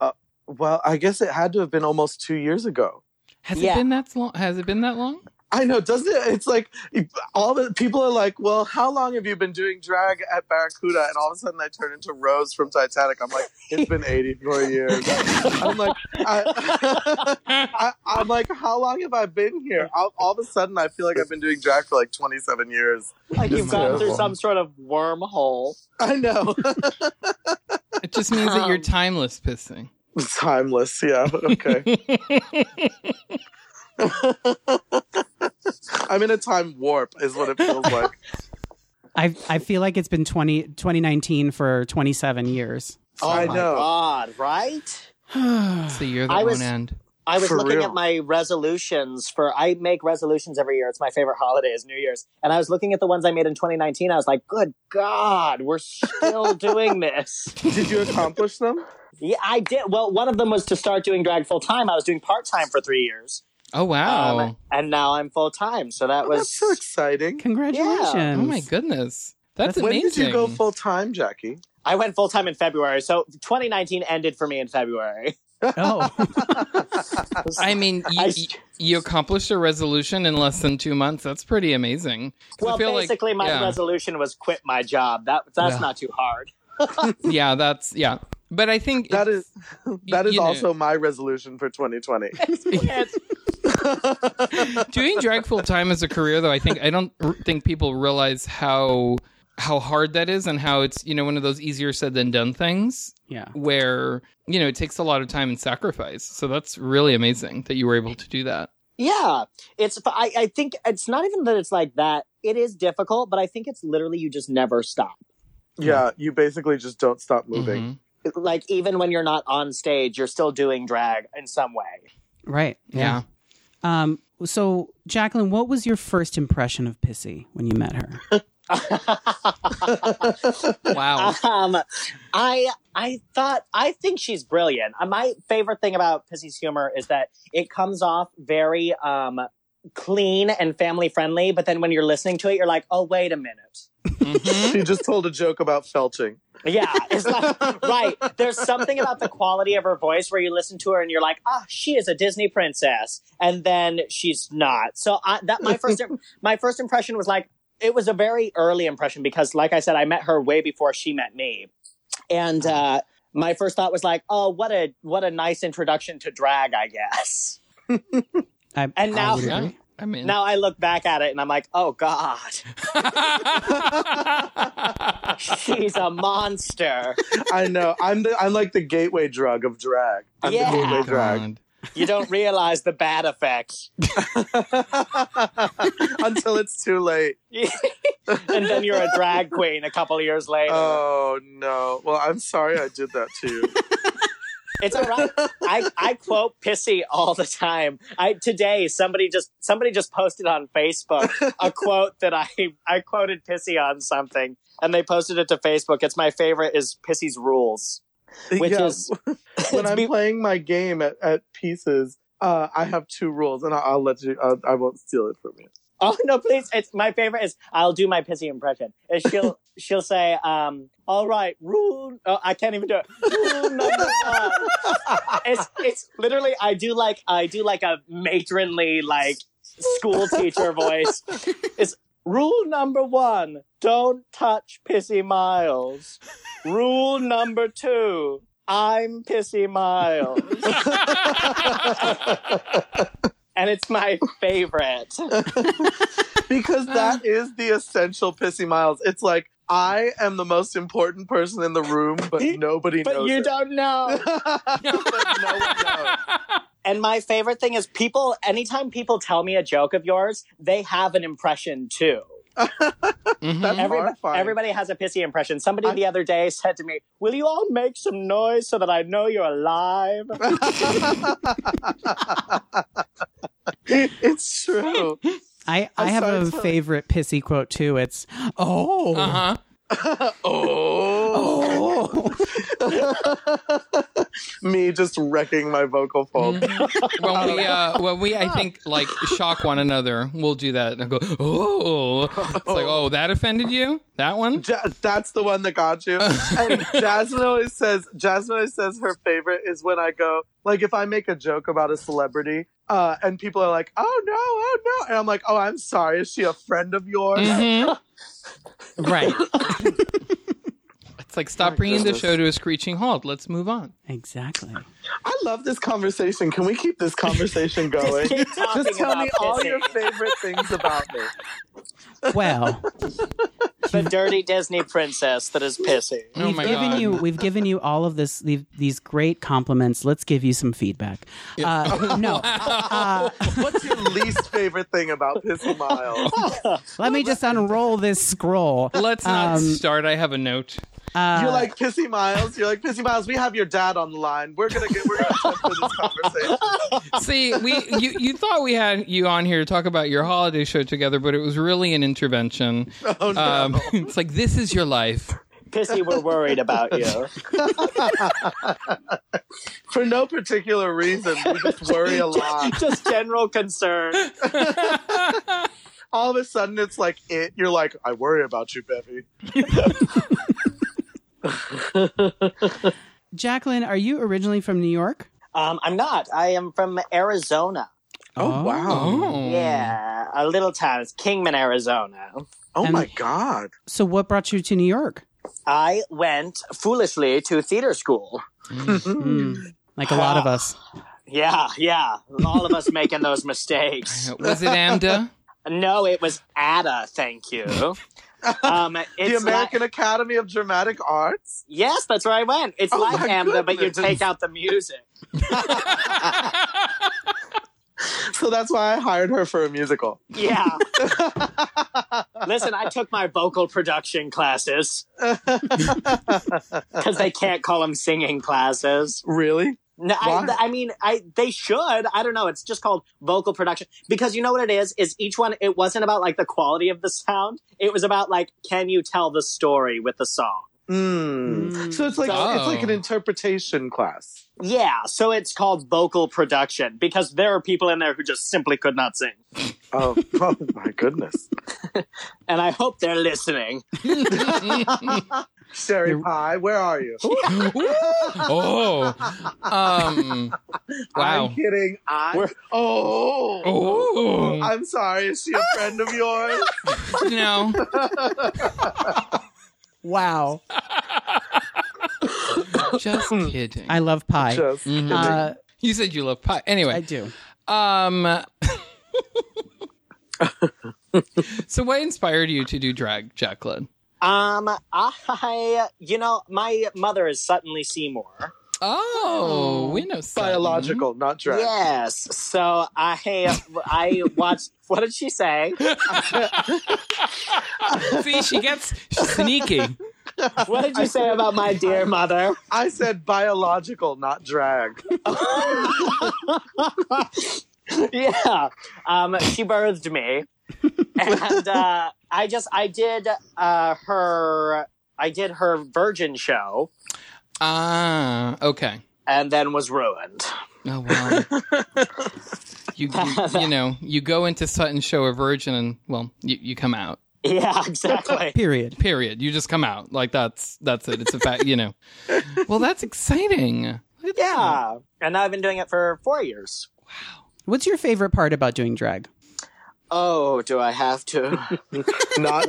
[SPEAKER 3] uh, well, I guess it had to have been almost 2 years ago.
[SPEAKER 1] Has
[SPEAKER 4] Yeah.
[SPEAKER 1] it been that long? Has it been that long?
[SPEAKER 3] I know, doesn't it? It's like all the people are like, "Well, how long have you been doing drag at Barracuda?" And all of a sudden, I turn into Rose from Titanic. I'm like, "It's been 84 years." I'm like, I, I, "I'm like, how long have I been here?" All, all of a sudden, I feel like I've been doing drag for like 27 years.
[SPEAKER 4] Like
[SPEAKER 1] This
[SPEAKER 4] you've
[SPEAKER 1] is
[SPEAKER 4] gone through
[SPEAKER 1] terrible.
[SPEAKER 4] some sort of wormhole.
[SPEAKER 3] I know,
[SPEAKER 1] It just means that you're
[SPEAKER 4] Um,
[SPEAKER 1] timeless pissing.
[SPEAKER 3] timeless. Yeah, but okay. I'm in a time warp, is what it feels like.
[SPEAKER 2] I I feel like it's been 20, 2019 for 27 years.
[SPEAKER 3] I
[SPEAKER 4] my
[SPEAKER 3] know.
[SPEAKER 4] God, right?
[SPEAKER 1] It's the year that
[SPEAKER 4] I was-
[SPEAKER 1] won't end.
[SPEAKER 4] I was
[SPEAKER 3] For
[SPEAKER 4] looking
[SPEAKER 3] real.
[SPEAKER 4] at my resolutions for I make resolutions every year. It's my favorite holiday is New Year's. And I was looking at the ones I made in 2019. I was like, "Good god, we're still doing this."
[SPEAKER 3] Did you accomplish them?
[SPEAKER 4] Yeah, I did. Well, one of them was to start doing drag full time. I was doing part time for 3 years.
[SPEAKER 1] Oh wow.
[SPEAKER 4] Um, and now I'm full time. So that
[SPEAKER 3] That's
[SPEAKER 4] was
[SPEAKER 3] so exciting.
[SPEAKER 2] Congratulations.
[SPEAKER 1] oh my goodness. That's
[SPEAKER 3] when
[SPEAKER 1] amazing.
[SPEAKER 3] did you go full time, Jackie?
[SPEAKER 4] I went full time in February. So 2019 ended for me in February.
[SPEAKER 2] Oh.
[SPEAKER 1] I mean, you,
[SPEAKER 4] I-
[SPEAKER 1] you- you accomplished a resolution in less than two months. That's pretty amazing. 'Cause I
[SPEAKER 4] Well,
[SPEAKER 1] feel like-
[SPEAKER 4] basically my
[SPEAKER 1] yeah.
[SPEAKER 4] resolution was quit my job. That that's
[SPEAKER 1] Yeah.
[SPEAKER 4] not too hard.
[SPEAKER 1] yeah, that's yeah. But I think
[SPEAKER 3] That
[SPEAKER 1] it's-
[SPEAKER 3] is that is
[SPEAKER 1] you know-
[SPEAKER 3] also my resolution for 2020.
[SPEAKER 4] It's-
[SPEAKER 1] doing drag full time as a career though i think i don't r- think people realize how how hard that is and how it's you know one of those easier said than done things
[SPEAKER 2] yeah.
[SPEAKER 1] where you know it takes a lot of time and sacrifice so that's really amazing that you were able to do that
[SPEAKER 4] Yeah, it's. I, I think it's not even that it's like that. It is difficult, but I think it's literally you just never stop.
[SPEAKER 3] yeah, you basically just don't stop moving.
[SPEAKER 1] Mhm.
[SPEAKER 4] Like even when you're not on stage, you're still doing drag in some way.
[SPEAKER 2] Right.
[SPEAKER 1] yeah.
[SPEAKER 2] Um so Jacqueline, what was your first impression of Pissy when you met her?
[SPEAKER 1] Mm-hmm. wow
[SPEAKER 4] um, I I thought I think she's brilliant. Uh, My favorite thing about Pissy's humor is that it comes off very um clean and family friendly, but then when you're listening to it, you're like, oh wait a minute. Mm-hmm.
[SPEAKER 1] Mhm.
[SPEAKER 3] She just told a joke about felching.
[SPEAKER 4] Yeah, it's like right. There's something about the quality of her voice where you listen to her and you're like, ah, she is a Disney princess, and then she's not. So I, that my first my first impression was like it was a very early impression because, like I said, I met her way before she met me, and uh, my first thought was like, oh, what a what a nice introduction to drag, I guess.
[SPEAKER 2] I,
[SPEAKER 4] And
[SPEAKER 2] I
[SPEAKER 4] now-
[SPEAKER 2] would
[SPEAKER 1] yeah
[SPEAKER 2] agree.
[SPEAKER 1] i mean
[SPEAKER 4] Now I look back at it and I'm like, oh god, she's a monster.
[SPEAKER 3] I know. I'm the I'm like the gateway drug of drag. I'm
[SPEAKER 4] Yeah.
[SPEAKER 3] the gateway drag.
[SPEAKER 1] God.
[SPEAKER 4] You don't realize the bad effects.
[SPEAKER 3] Until it's too late.
[SPEAKER 4] and then you're a drag queen a couple of years later.
[SPEAKER 3] Oh no. Well, I'm sorry I did that to you.
[SPEAKER 4] it's all right. I, I quote Pissy all the time. I today somebody just somebody just posted on Facebook a quote that I I quoted Pissy on something and they posted it to Facebook. It's my favorite is Pissy's rules. which
[SPEAKER 3] Yeah.
[SPEAKER 4] is
[SPEAKER 3] when
[SPEAKER 4] it's
[SPEAKER 3] I'm
[SPEAKER 4] be-
[SPEAKER 3] playing my game at, at pieces, uh, I have two rules, and I'll, I'll let you. I'll, I won't steal it from you.
[SPEAKER 4] oh no, please. It's my favorite is I'll do my pissy impression. And she'll she'll say, um, all right, rule. Oh, I can't even do it. Rule number one. It's it's literally I do like I do like a matronly like school teacher voice. It's rule number one: don't touch pissy Miles. Rule number two: I'm pissy Miles. and it's my favorite.
[SPEAKER 3] because that is the essential pissy miles. It's like I am the most important person in the room, but nobody
[SPEAKER 4] But
[SPEAKER 3] knows.
[SPEAKER 4] you
[SPEAKER 3] it.
[SPEAKER 4] don't know.
[SPEAKER 3] but no one knows.
[SPEAKER 4] And my favorite thing is people. Anytime people tell me a joke of yours, they have an impression too.
[SPEAKER 1] Mhm.
[SPEAKER 4] Everybody,
[SPEAKER 3] Horrifying.
[SPEAKER 4] everybody has a pissy impression. Somebody the other day said to me, "Will you all make some noise so that I know you're alive?"
[SPEAKER 3] it's true.
[SPEAKER 2] I, I
[SPEAKER 3] I'm
[SPEAKER 2] have
[SPEAKER 3] sorry,
[SPEAKER 2] a
[SPEAKER 3] sorry.
[SPEAKER 2] favorite pissy quote too. It's oh
[SPEAKER 1] Uh-huh.
[SPEAKER 3] oh.
[SPEAKER 2] oh
[SPEAKER 3] Me just wrecking my vocal fold.
[SPEAKER 1] When we, uh, when we, I think, like shock one another, we'll do that and go, oh, it's like, oh, that offended you? That one?
[SPEAKER 3] Ja- that's the one that got you. and Jasmine always says, Jasmine always says her favorite is when I go, like, if I make a joke about a celebrity, uh, and people are like, oh no, oh no. And I'm like, oh, I'm sorry. Is she a friend of yours?
[SPEAKER 1] hmm
[SPEAKER 2] right
[SPEAKER 1] It's like, stop bringing the show to a screeching halt. Let's move on.
[SPEAKER 2] exactly.
[SPEAKER 3] I love this conversation. Can we keep this conversation going?
[SPEAKER 4] keep talking
[SPEAKER 3] Just tell me
[SPEAKER 4] about
[SPEAKER 3] all
[SPEAKER 4] pissy.
[SPEAKER 3] your favorite things about me.
[SPEAKER 2] Well,
[SPEAKER 4] the dirty Disney princess that is pissy.
[SPEAKER 1] Oh
[SPEAKER 2] we've
[SPEAKER 1] my
[SPEAKER 2] given
[SPEAKER 1] God.
[SPEAKER 2] you we've given you all of this these, these great compliments. Let's give you some feedback. Uh, no, uh,
[SPEAKER 3] What's your least favorite thing about Pissy Miles?
[SPEAKER 2] let me just unroll this scroll. Uh,
[SPEAKER 1] Let's not
[SPEAKER 2] Um,
[SPEAKER 1] start. I have a note.
[SPEAKER 3] you're like Pissy Miles. You're like Pissy Miles. We have your dad on the line. We're gonna get. We're gonna test for this conversation.
[SPEAKER 1] See, we you, you thought we had you on here to talk about your holiday show together, but it was really an intervention.
[SPEAKER 3] Oh no.
[SPEAKER 1] Um, it's like this is your life.
[SPEAKER 4] Pissy, we're worried about you.
[SPEAKER 3] For no particular reason, we just worry a lot.
[SPEAKER 4] Just general concern.
[SPEAKER 3] All of a sudden, it's like it. You're like, I worry about you, Bevy.
[SPEAKER 2] Jacqueline, are you originally from New York?
[SPEAKER 4] Um, I'm not. I am from Arizona.
[SPEAKER 3] Oh, wow.
[SPEAKER 4] Mm.
[SPEAKER 1] Oh,
[SPEAKER 4] Yeah, a little town. It's Kingman, Arizona.
[SPEAKER 3] Oh
[SPEAKER 2] And-
[SPEAKER 3] my god.
[SPEAKER 2] So, what brought you to New York?
[SPEAKER 4] I went foolishly to theater school.
[SPEAKER 2] Mm, like a lot of us.
[SPEAKER 4] Yeah, yeah. All of us making those mistakes.
[SPEAKER 1] Was it Amda?
[SPEAKER 4] No, it was Ada, thank you. Um, it's
[SPEAKER 3] the American
[SPEAKER 4] Like,
[SPEAKER 3] Academy of Dramatic Arts.
[SPEAKER 4] yes, that's where I went. It's
[SPEAKER 3] Oh
[SPEAKER 4] like
[SPEAKER 3] my
[SPEAKER 4] Amda, but you
[SPEAKER 3] goodness.
[SPEAKER 4] take out the music.
[SPEAKER 3] So that's why I hired her for a musical.
[SPEAKER 4] Yeah. Listen, I took my vocal production classes because they can't call them singing classes.
[SPEAKER 3] Really?
[SPEAKER 4] No,
[SPEAKER 3] Why?
[SPEAKER 4] I, I mean, I they should. I don't know. It's just called vocal production because you know what it is. Is each one? It wasn't about like the quality of the sound. It was about like, can you tell the story with the song?
[SPEAKER 3] Mm.
[SPEAKER 2] Mm.
[SPEAKER 3] So it's like
[SPEAKER 1] Oh.
[SPEAKER 3] it's like an interpretation class.
[SPEAKER 4] Yeah, so it's called vocal production because there are people in there who just simply could not sing.
[SPEAKER 3] Oh, oh my goodness.
[SPEAKER 4] And I hope they're listening.
[SPEAKER 3] Sherry Pie, where are you?
[SPEAKER 1] oh, um, wow.
[SPEAKER 3] I'm kidding. I
[SPEAKER 4] Where-
[SPEAKER 3] oh.
[SPEAKER 1] Oh.
[SPEAKER 3] I'm sorry. Is she a friend of yours?
[SPEAKER 1] No,
[SPEAKER 2] Wow.
[SPEAKER 1] just kidding.
[SPEAKER 2] I love pie.
[SPEAKER 3] Just
[SPEAKER 1] Mm-hmm.
[SPEAKER 3] kidding.
[SPEAKER 2] Uh,
[SPEAKER 1] you said you love pie.
[SPEAKER 2] I
[SPEAKER 1] Anyway,
[SPEAKER 2] do.
[SPEAKER 1] um, so what inspired you to do drag, Jacqueline?
[SPEAKER 4] Um, I, you know, my mother is Suddenly Seymour.
[SPEAKER 1] Oh, we know Sutton.
[SPEAKER 3] Biological,
[SPEAKER 2] mm-hmm.
[SPEAKER 3] not drag.
[SPEAKER 4] Yes, so I, I watched. What did she say?
[SPEAKER 1] See, she gets sneaky.
[SPEAKER 4] What did you say about my dear mother?
[SPEAKER 3] I said biological, not drag.
[SPEAKER 4] yeah. Um, she birthed me. And uh, I just I did uh, her I did her virgin show
[SPEAKER 1] Ah, okay.
[SPEAKER 4] and then was ruined.
[SPEAKER 1] Oh wow. you, you you know you go into Sutton show a virgin and well you, you come out.
[SPEAKER 4] Yeah, exactly.
[SPEAKER 2] Period.
[SPEAKER 1] Period. You just come out like that's that's it. It's a fact. You know. Well, that's exciting. Look at that.
[SPEAKER 4] yeah. And now I've been doing it for four years.
[SPEAKER 2] What's your favorite part about doing drag?
[SPEAKER 4] Oh, do I have to?
[SPEAKER 3] not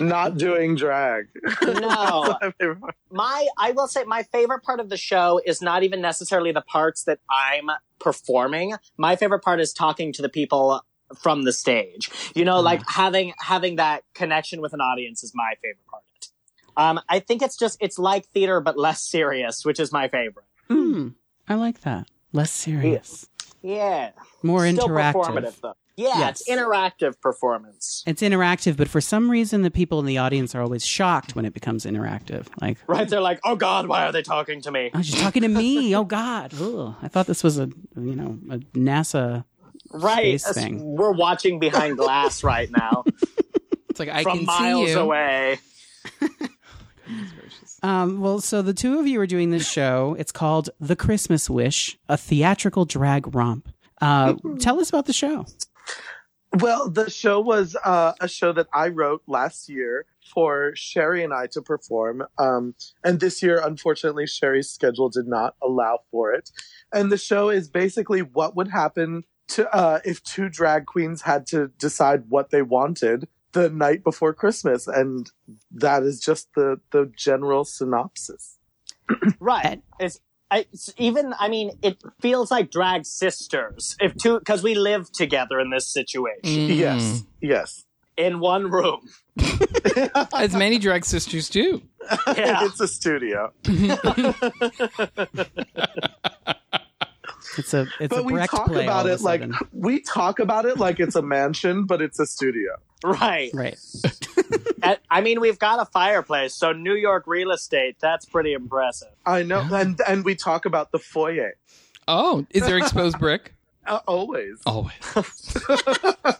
[SPEAKER 3] not doing drag.
[SPEAKER 2] Oh.
[SPEAKER 4] no. My I will say my favorite part of the show is not even necessarily the parts that I'm performing. My favorite part is talking to the people from the stage. You know,
[SPEAKER 2] Mm.
[SPEAKER 4] like having having that connection with an audience is my favorite part of it. Um, I think it's just it's like theater but less serious, which is my favorite.
[SPEAKER 2] Hmm. I like that. Less serious,
[SPEAKER 4] Yeah.
[SPEAKER 2] more
[SPEAKER 4] Still
[SPEAKER 2] interactive.
[SPEAKER 4] performative though. Yeah, it's
[SPEAKER 2] Yes.
[SPEAKER 4] interactive performance.
[SPEAKER 2] It's interactive, but for some reason, the people in the audience are always shocked when it becomes interactive. Like,
[SPEAKER 4] Right? They're like, oh God, why are they talking to me?
[SPEAKER 2] oh, she's talking to me. Oh God, Ugh. I thought this was a you know a NASA.
[SPEAKER 4] Right.
[SPEAKER 2] Space
[SPEAKER 4] that's-
[SPEAKER 2] thing.
[SPEAKER 4] We're watching behind glass right now
[SPEAKER 1] It's like I
[SPEAKER 4] from
[SPEAKER 1] can
[SPEAKER 4] miles
[SPEAKER 1] see you.
[SPEAKER 4] away.
[SPEAKER 2] Um, well, so the two of you are doing this show. It's called The Christmas Wish, a theatrical drag romp. Uh,
[SPEAKER 3] Mm-hmm.
[SPEAKER 2] tell us about the show.
[SPEAKER 3] Well, the show was uh, a show that I wrote last year for Sherry and I to perform. Um, and this year, unfortunately, Sherry's schedule did not allow for it. And the show is basically what would happen to uh, if two drag queens had to decide what they wanted the night before Christmas. And that is just the, the general synopsis.
[SPEAKER 4] Right. It's, I, it's even, I mean, it feels like drag sisters. If two, because we live together in this situation
[SPEAKER 2] Mm-hmm.
[SPEAKER 1] Mm.
[SPEAKER 3] Yes. Yes.
[SPEAKER 4] in one room.
[SPEAKER 1] As many drag sisters do.
[SPEAKER 4] Yeah.
[SPEAKER 3] It's a studio.
[SPEAKER 2] It's a it's a
[SPEAKER 3] but we
[SPEAKER 2] Brecht
[SPEAKER 3] talk
[SPEAKER 2] play
[SPEAKER 3] about
[SPEAKER 2] all of
[SPEAKER 3] it
[SPEAKER 2] a
[SPEAKER 3] like
[SPEAKER 2] sudden.
[SPEAKER 3] we talk about it like it's a mansion, but it's a studio.
[SPEAKER 4] right.
[SPEAKER 2] right.
[SPEAKER 4] And- I mean, we've got a fireplace, so New York real estate, that's pretty impressive.
[SPEAKER 3] I know, and and we talk about the foyer
[SPEAKER 1] Oh, is there exposed brick?
[SPEAKER 3] uh, always.
[SPEAKER 1] Always.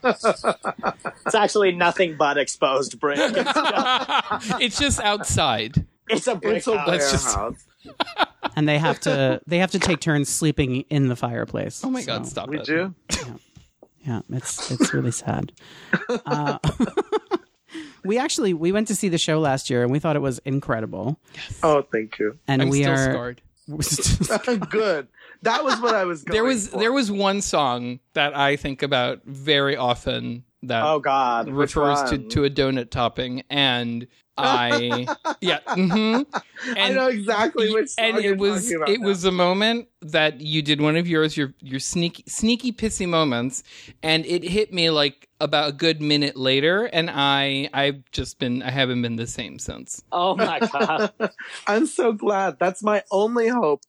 [SPEAKER 4] It's actually nothing but exposed brick. It's,
[SPEAKER 1] it's just outside.
[SPEAKER 4] it's a brick
[SPEAKER 3] It's a
[SPEAKER 4] house.
[SPEAKER 1] Oh That's just-
[SPEAKER 3] warehouse.
[SPEAKER 2] And they have to they have to take turns sleeping in the fireplace.
[SPEAKER 1] Oh my
[SPEAKER 2] So,
[SPEAKER 1] god, stop
[SPEAKER 3] We
[SPEAKER 1] it.
[SPEAKER 3] do.
[SPEAKER 2] Yeah, it's it's really sad. Uh, we actually we went to see the show last year and we thought it was incredible.
[SPEAKER 3] Oh, thank you.
[SPEAKER 2] And
[SPEAKER 1] I'm
[SPEAKER 2] we
[SPEAKER 1] still
[SPEAKER 2] are
[SPEAKER 1] scarred.
[SPEAKER 3] Good. That was what I was. Going
[SPEAKER 1] There was
[SPEAKER 3] for.
[SPEAKER 1] there was one song that I think about very often that
[SPEAKER 4] Oh God.
[SPEAKER 1] refers to,
[SPEAKER 3] one?
[SPEAKER 1] to a donut topping and I yeah mhm.
[SPEAKER 3] I
[SPEAKER 1] and-
[SPEAKER 3] know exactly which. Song
[SPEAKER 1] and
[SPEAKER 3] you're
[SPEAKER 1] it was
[SPEAKER 3] talking about
[SPEAKER 1] it
[SPEAKER 3] now.
[SPEAKER 1] was a moment that you did one of yours your your sneaky sneaky pissy moments and it hit me like about a good minute later and i i've just been i haven't been the same since
[SPEAKER 4] Oh my God.
[SPEAKER 3] I'm so glad. That's my only hope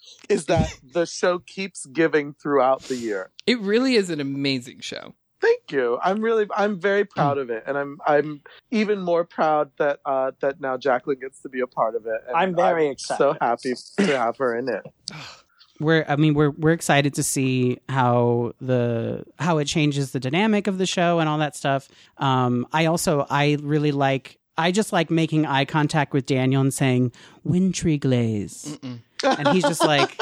[SPEAKER 3] is that the show keeps giving throughout the year.
[SPEAKER 1] it really is an amazing show
[SPEAKER 3] Thank you. I'm really. I'm very
[SPEAKER 1] Hmm.
[SPEAKER 3] proud of it, and I'm. I'm even more proud that uh that now Jacqueline gets to be a part of it. and
[SPEAKER 4] I'm very excited.
[SPEAKER 3] So happy to have her in it.
[SPEAKER 2] we're I mean we're we're excited to see how the how it changes the dynamic of the show and all that stuff. Um I also I really like I just like making eye contact with Daniel and saying wintry glaze.
[SPEAKER 1] Mm-mm.
[SPEAKER 2] And he's just like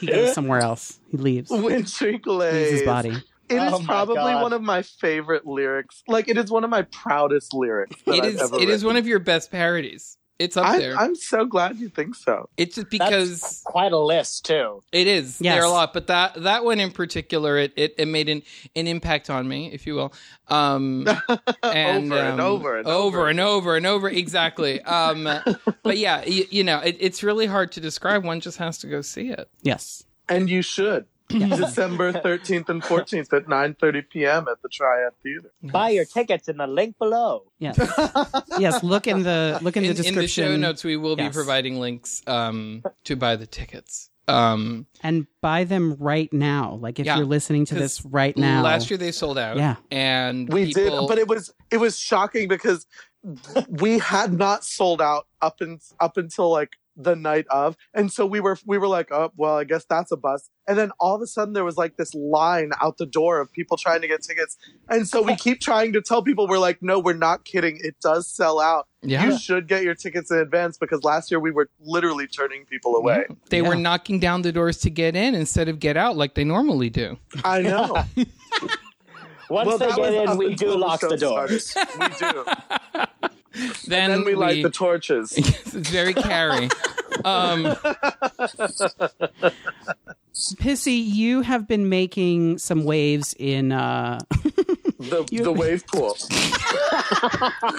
[SPEAKER 2] he goes somewhere else. He leaves.
[SPEAKER 3] Wintry
[SPEAKER 2] Leaves
[SPEAKER 3] Glaze.
[SPEAKER 2] his body.
[SPEAKER 3] It is
[SPEAKER 4] Oh my
[SPEAKER 3] probably
[SPEAKER 4] God.
[SPEAKER 3] one of my favorite lyrics. Like it is one of my proudest lyrics. That
[SPEAKER 1] it
[SPEAKER 3] I've
[SPEAKER 1] is
[SPEAKER 3] Ever
[SPEAKER 1] it is one of your best parodies it's up there
[SPEAKER 3] I'm so glad you think so.
[SPEAKER 1] it's just because
[SPEAKER 4] Quite a list too.
[SPEAKER 1] It is.
[SPEAKER 2] Yes.
[SPEAKER 1] There are a lot, but that that one in particular, it it, it made an, an impact on me, if you will. Um, and,
[SPEAKER 3] Over
[SPEAKER 1] um,
[SPEAKER 3] and over
[SPEAKER 1] over
[SPEAKER 3] and over.
[SPEAKER 1] and over and over. Exactly. Um, but yeah, you, you know, it, it's really hard to describe. One just has to go see it.
[SPEAKER 2] Yes.
[SPEAKER 3] And you should. December 13th and 14th at 9:30 p.m. at the Triad Theater.
[SPEAKER 4] Buy your tickets in the link below.
[SPEAKER 2] Yes. yes, look in the look in,
[SPEAKER 1] In, in
[SPEAKER 2] the
[SPEAKER 1] the
[SPEAKER 2] description
[SPEAKER 1] show notes, we will
[SPEAKER 2] Yes.
[SPEAKER 1] be providing links um, to buy the tickets. Um,
[SPEAKER 2] and buy them right now. Like if
[SPEAKER 1] Yeah,
[SPEAKER 2] you're listening to this right now.
[SPEAKER 1] last year they sold out.
[SPEAKER 2] Yeah.
[SPEAKER 1] and
[SPEAKER 3] We
[SPEAKER 1] people-
[SPEAKER 3] did, but it was it was shocking because we had not sold out up and up until like the night of. And so we were we were like, oh well, I guess that's a bust. And then all of a sudden there was like this line out the door of people trying to get tickets. And so we keep trying to tell people we're like, no, we're not kidding. It does sell out.
[SPEAKER 1] Yeah.
[SPEAKER 3] You should get your tickets in advance because last year we were literally turning people away.
[SPEAKER 1] They were
[SPEAKER 2] Yeah.
[SPEAKER 1] knocking down the doors to get in instead of get out like they normally do.
[SPEAKER 3] I know.
[SPEAKER 4] Once
[SPEAKER 3] Well,
[SPEAKER 4] they
[SPEAKER 3] that
[SPEAKER 4] Mm-hmm. get
[SPEAKER 3] was
[SPEAKER 4] in,
[SPEAKER 3] up
[SPEAKER 4] we do
[SPEAKER 3] until the
[SPEAKER 4] lock
[SPEAKER 3] show
[SPEAKER 4] the doors.
[SPEAKER 3] started. We do.
[SPEAKER 1] Then,
[SPEAKER 3] Then we light the torches.
[SPEAKER 1] Yes, it's very carry. um,
[SPEAKER 2] Pissy, you have been making some waves in uh
[SPEAKER 3] The, the wave pool.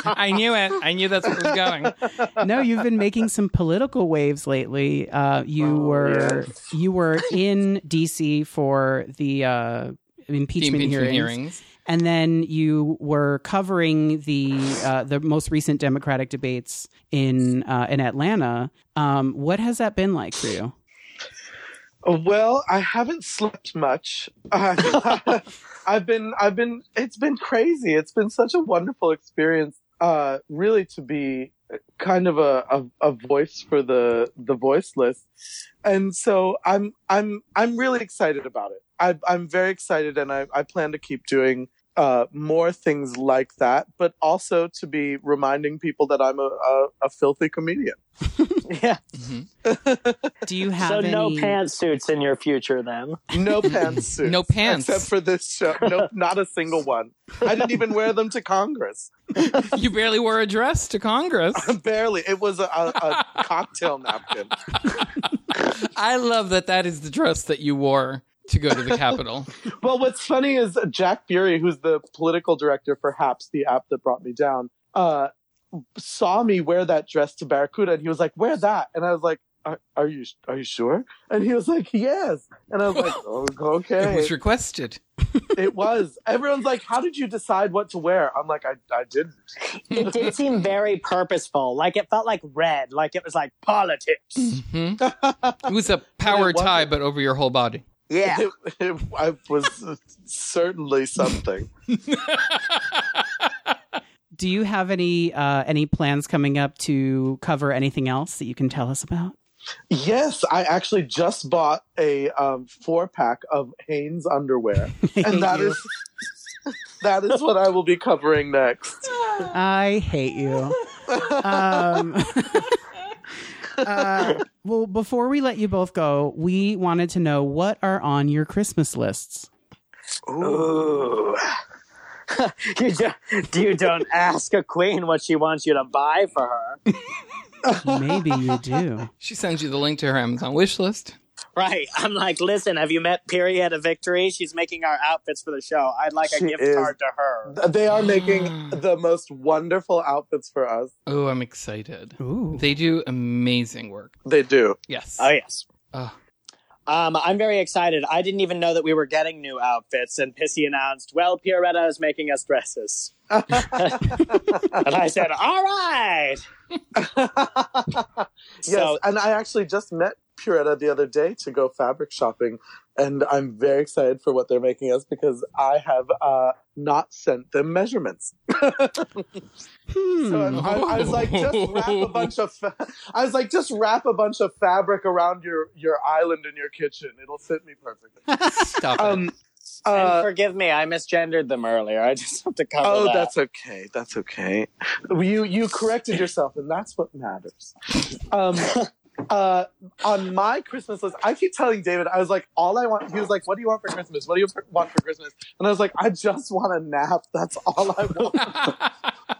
[SPEAKER 1] I knew it. I knew that's where it was going.
[SPEAKER 2] no, you've been making some political waves lately. Uh, you
[SPEAKER 3] Oh,
[SPEAKER 2] were you were in DC for the uh,
[SPEAKER 1] The
[SPEAKER 2] impeachment,
[SPEAKER 1] impeachment
[SPEAKER 2] hearings,
[SPEAKER 1] hearings.
[SPEAKER 2] and then you were covering the uh, the most recent Democratic debates in uh, in Atlanta. Um, what has that been like for you?
[SPEAKER 3] Well, I haven't slept much. Uh, I've been, I've been, it's been crazy. It's been such a wonderful experience, uh, really to be kind of a, a, a voice for the, the voiceless. And so I'm, I'm, I'm really excited about it. I, I'm very excited and I, I plan to keep doing, uh, more things like that, but also to be reminding people that I'm a, a, a filthy comedian.
[SPEAKER 4] yeah.
[SPEAKER 1] Mhm.
[SPEAKER 2] Do you have
[SPEAKER 4] So
[SPEAKER 2] any?
[SPEAKER 4] no pantsuits in your future then.
[SPEAKER 3] No pantsuits.
[SPEAKER 1] No pants.
[SPEAKER 3] Except for this show. Nope, not a single one. I didn't even wear them to Congress.
[SPEAKER 1] You barely wore a dress to Congress.
[SPEAKER 3] Barely. It was a, a, a cocktail napkin.
[SPEAKER 1] I love that that is the dress that you wore to go to the Capitol.
[SPEAKER 3] Well, what's funny is Jack Fury, who's the political director for HAPS, the app that brought me down, uh, saw me wear that dress to Barracuda and he was like, wear that. And I was like, are, are you are you sure? And he was like, yes. And I was like, oh, okay.
[SPEAKER 1] It was requested.
[SPEAKER 3] It was. Everyone's like, how did you decide what to wear? I'm like, I, I didn't.
[SPEAKER 4] It did seem very purposeful. Like it felt like red. Like it was like politics.
[SPEAKER 1] hmm It was a power
[SPEAKER 3] It wasn't-
[SPEAKER 1] tie, but over your whole body.
[SPEAKER 4] Yeah.
[SPEAKER 3] It, it, I was certainly something.
[SPEAKER 2] Do you have any uh, any plans coming up to cover anything else that you can tell us about?
[SPEAKER 3] Yes, I actually just bought a um, four pack of Hanes underwear, and that is that is what I will be covering next.
[SPEAKER 2] I hate you. um, uh, well, before we let you both go, we wanted to know what are on your Christmas lists.
[SPEAKER 4] Ooh. you, do, you don't ask a queen what she wants you to buy for her.
[SPEAKER 2] Maybe you do.
[SPEAKER 1] She sends you the link to her Amazon wish list.
[SPEAKER 4] Right. I'm like, listen, have you met Period of Victory? She's making our outfits for the show. I'd like a
[SPEAKER 3] She
[SPEAKER 4] gift
[SPEAKER 3] is.
[SPEAKER 4] card to her.
[SPEAKER 3] They are making the most wonderful outfits for us.
[SPEAKER 1] Oh, I'm excited.
[SPEAKER 2] Ooh.
[SPEAKER 1] They do amazing work.
[SPEAKER 3] They do.
[SPEAKER 1] Yes.
[SPEAKER 4] Oh, yes.
[SPEAKER 3] Ah.
[SPEAKER 1] Oh.
[SPEAKER 4] Um, I'm very excited. I didn't even know that we were getting new outfits, and Pissy announced, "Well, Pierretta is making us dresses," and I said, "All right."
[SPEAKER 3] Yes,
[SPEAKER 4] So-
[SPEAKER 3] and I actually just met Puretta the other day to go fabric shopping, and I'm very excited for what they're making us because I have uh, not sent them measurements.
[SPEAKER 2] Hmm.
[SPEAKER 3] So I'm- I, I was like, just wrap a bunch of. Fa- I was like, just wrap a bunch of fabric around your your island in your kitchen. It'll fit me perfectly.
[SPEAKER 1] Stop it.
[SPEAKER 3] Um.
[SPEAKER 4] and
[SPEAKER 3] uh,
[SPEAKER 4] forgive me, I misgendered them earlier. I just have to cover
[SPEAKER 3] oh,
[SPEAKER 4] that.
[SPEAKER 3] that's okay. That's okay. You you corrected yourself, and that's what matters. Um. Uh, on my Christmas list, I keep telling David, I was like, all I want. He was like, "What do you want for Christmas? What do you want for Christmas?" And I was like, "I just want a nap. That's all I want."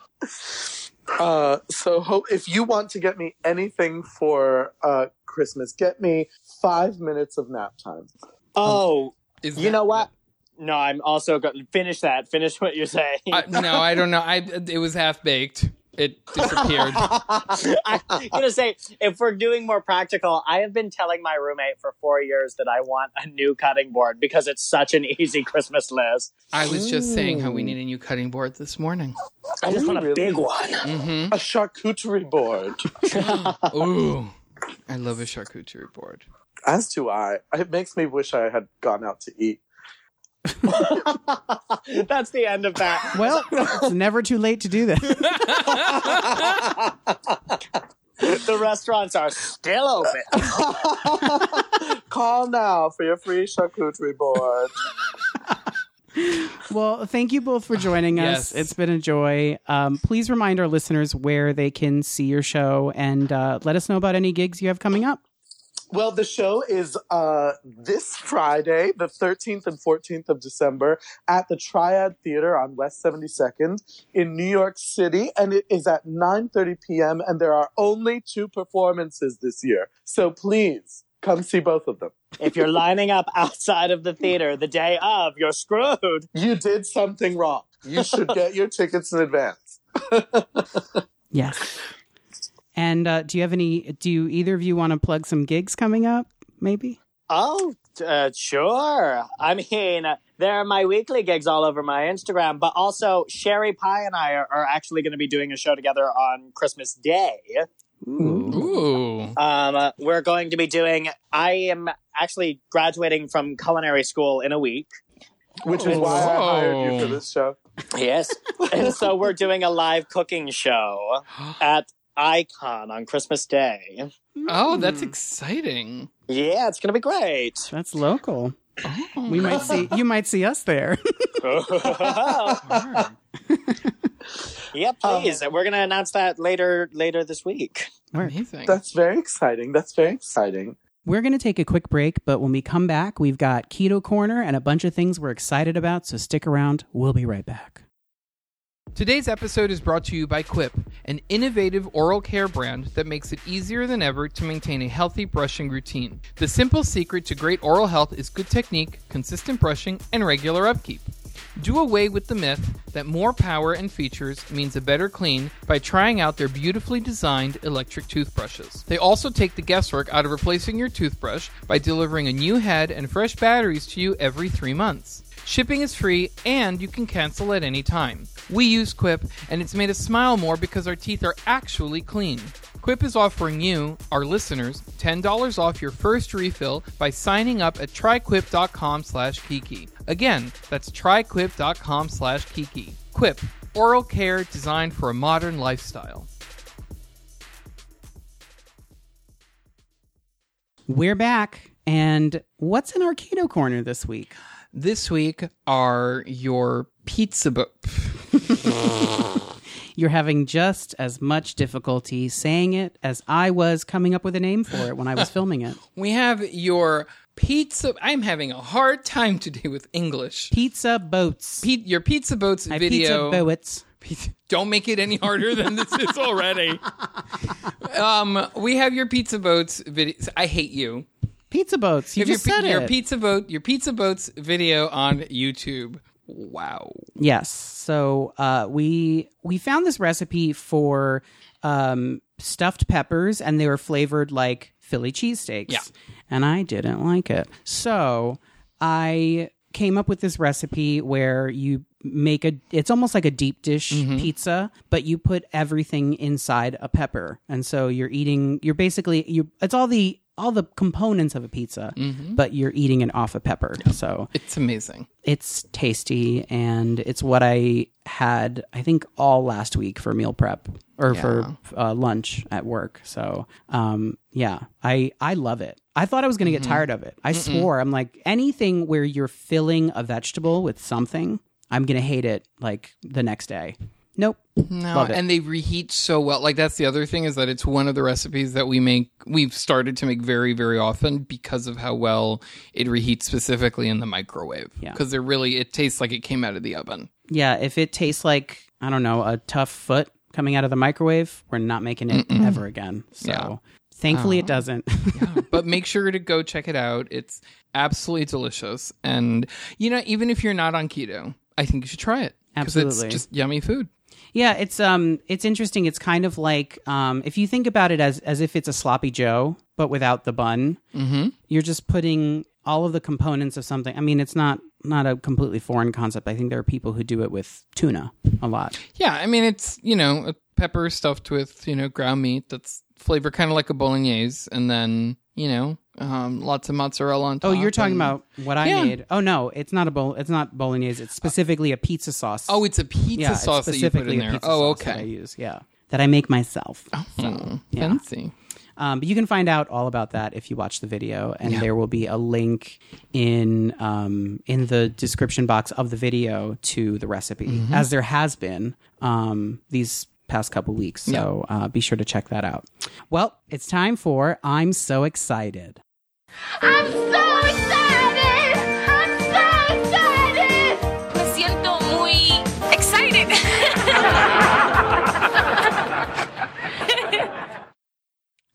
[SPEAKER 3] Uh, so hope if you want to get me anything for uh, Christmas, get me five minutes of nap time.
[SPEAKER 4] oh,
[SPEAKER 3] um,
[SPEAKER 1] Is
[SPEAKER 4] you
[SPEAKER 1] that-
[SPEAKER 4] know what? No, I'm also going finish that. Finish what you're saying.
[SPEAKER 1] I, no, I don't know. I it was half baked. It disappeared.
[SPEAKER 4] I'm gonna say if we're doing more practical, I have been telling my roommate for four years that I want a new cutting board because it's such an easy Christmas list.
[SPEAKER 1] I was just saying how we need a new cutting board this morning.
[SPEAKER 4] I just
[SPEAKER 3] Ooh,
[SPEAKER 4] want a
[SPEAKER 3] really?
[SPEAKER 4] big one.
[SPEAKER 1] Mm-hmm.
[SPEAKER 3] A charcuterie board,
[SPEAKER 1] Ooh, I love a charcuterie board.
[SPEAKER 3] as do I. It makes me wish I had gone out to eat.
[SPEAKER 4] That's the end of that.
[SPEAKER 2] Well, it's never too late to do that.
[SPEAKER 4] the the restaurants are still open.
[SPEAKER 3] Call now for your free charcuterie board.
[SPEAKER 2] Well, thank you both for joining us.
[SPEAKER 1] Yes.
[SPEAKER 2] It's been a joy. Um, please remind our listeners where they can see your show and uh, let us know about any gigs you have coming up.
[SPEAKER 3] Well, the show is uh, this Friday, the 13th and 14th of December, at the Triad Theater on West 72nd in New York City, and it is at 9:30 p.m. And there are only two performances this year, so please come see both of them.
[SPEAKER 4] if you're lining up outside of the theater the day of, you're screwed.
[SPEAKER 3] You did something wrong. You should get your tickets in advance.
[SPEAKER 2] Yes. And uh, do you have any? Do you, either of you want to plug some gigs coming up? Maybe.
[SPEAKER 4] Oh, uh, sure. I mean, there are my weekly gigs all over my Instagram, but also Sherry Pie and I are, are actually going to be doing a show together on Christmas Day.
[SPEAKER 1] Ooh.
[SPEAKER 4] Um, we're going to be doing, I am actually graduating from culinary school in a week.
[SPEAKER 3] Which is why I hired you for this show.
[SPEAKER 4] Yes. and so we're doing a live cooking show at Icon on Christmas Day.
[SPEAKER 1] Oh, that's exciting.
[SPEAKER 4] Yeah, it's going to be great.
[SPEAKER 2] That's local.
[SPEAKER 1] Oh.
[SPEAKER 2] We might see you. Might see us there.
[SPEAKER 1] Oh,
[SPEAKER 4] yeah, please. We're going to announce that later later this week.
[SPEAKER 1] Amazing.
[SPEAKER 3] That's very exciting. That's very exciting.
[SPEAKER 2] We're going to take a quick break, but when we come back, we've got Keto Corner and a bunch of things we're excited about. So stick around. We'll be right back.
[SPEAKER 1] Today's episode is brought to you by Quip, an innovative oral care brand that makes it easier than ever to maintain a healthy brushing routine. The simple secret to great oral health is good technique, consistent brushing, and regular upkeep. Do away with the myth that more power and features means a better clean by trying out their beautifully designed electric toothbrushes. They also take the guesswork out of replacing your toothbrush by delivering a new head and fresh batteries to you every three months. Shipping is free and you can cancel at any time. We use Quip and it's made us smile more because our teeth are actually clean. Quip is offering you, our listeners, $10 off your first refill by signing up at tryquip.com slash kiki. Again, that's tryquip.com slash kiki. Quip, oral care designed for a modern lifestyle.
[SPEAKER 2] We're back. And what's in our Keto Corner this week?
[SPEAKER 1] This week are your pizza book.
[SPEAKER 2] You're having just as much difficulty saying it as I was coming up with a name for it when I was filming it.
[SPEAKER 1] We have your pizza. I'm having a hard time today with English.
[SPEAKER 2] Pizza boats.
[SPEAKER 1] Pe- your pizza boats
[SPEAKER 2] My
[SPEAKER 1] video.
[SPEAKER 2] Pizza boats.
[SPEAKER 1] Pizza- Don't make it any harder than this is already. um, we have your pizza boats video. I hate you.
[SPEAKER 2] Pizza boats. You
[SPEAKER 1] Have
[SPEAKER 2] just
[SPEAKER 1] your, pi-
[SPEAKER 2] said it.
[SPEAKER 1] your pizza boat, your pizza boats video on YouTube. Wow.
[SPEAKER 2] Yes. So uh, we we found this recipe for um, stuffed peppers, and they were flavored like Philly cheesesteaks.
[SPEAKER 1] Yeah.
[SPEAKER 2] And I didn't like it, so I came up with this recipe where you make a it's almost like a deep dish pizza but you put everything inside a pepper and so you're eating you're basically you it's all the all the components of a pizza but you're eating it off a pepper so
[SPEAKER 1] It's amazing.
[SPEAKER 2] it's tasty and it's what I had I think all last week for meal prep or for uh, lunch at work. So um, yeah, I I love it. I thought I was going to get tired of it. I swore I'm like anything where you're filling a vegetable with something, I'm going to hate it like the next day. Nope.
[SPEAKER 1] No,
[SPEAKER 2] Love it.
[SPEAKER 1] and they reheat so well. Like that's the other thing is that it's one of the recipes that we make we've started to make very very often because of how well it reheats specifically in the microwave.
[SPEAKER 2] Yeah.
[SPEAKER 1] Cuz they're really it tastes like it came out of the oven.
[SPEAKER 2] Yeah, if it tastes like I don't know a tough foot coming out of the microwave, we're not making it ever again. So
[SPEAKER 1] Yeah.
[SPEAKER 2] thankfully it doesn't.
[SPEAKER 1] but make sure to go check it out. It's absolutely delicious. And you know, even if you're not on keto, I think you should try it. 'Cause
[SPEAKER 2] Absolutely.
[SPEAKER 1] It's just yummy food.
[SPEAKER 2] Yeah, it's um, it's interesting. It's kind of like um, if you think about it as as if it's a sloppy Joe, but without the bun.
[SPEAKER 1] Mhm.
[SPEAKER 2] You're just putting all of the components of something. I mean, it's not not a completely foreign concept. I think there are people who do it with tuna a lot.
[SPEAKER 1] Yeah, I mean it's, you know, a pepper stuffed with, you know, ground meat that's flavor kind of like a bolognese and then, you know, um, lots of mozzarella on top.
[SPEAKER 2] Oh, you're talking
[SPEAKER 1] and-
[SPEAKER 2] about what I
[SPEAKER 1] Yeah.
[SPEAKER 2] made. Oh no, it's not a bol. It's not bolognese. It's specifically a pizza sauce.
[SPEAKER 1] Oh, it's a pizza
[SPEAKER 2] yeah, it's
[SPEAKER 1] sauce that you put
[SPEAKER 2] specifically
[SPEAKER 1] in
[SPEAKER 2] a
[SPEAKER 1] there.
[SPEAKER 2] pizza
[SPEAKER 1] Oh,
[SPEAKER 2] sauce that I
[SPEAKER 1] okay.
[SPEAKER 2] use yeah. that I make myself.
[SPEAKER 1] Hmm,
[SPEAKER 2] yeah.
[SPEAKER 1] Fancy.
[SPEAKER 2] Um, but you can find out all about that if you watch the video, and there will be a link in um, in the description box of the video to the recipe, as there has been um, these past couple weeks. So uh, be sure to check that out. Well, it's time for I'm so excited.
[SPEAKER 5] I'm so excited! I'm so excited! Me siento muy excited.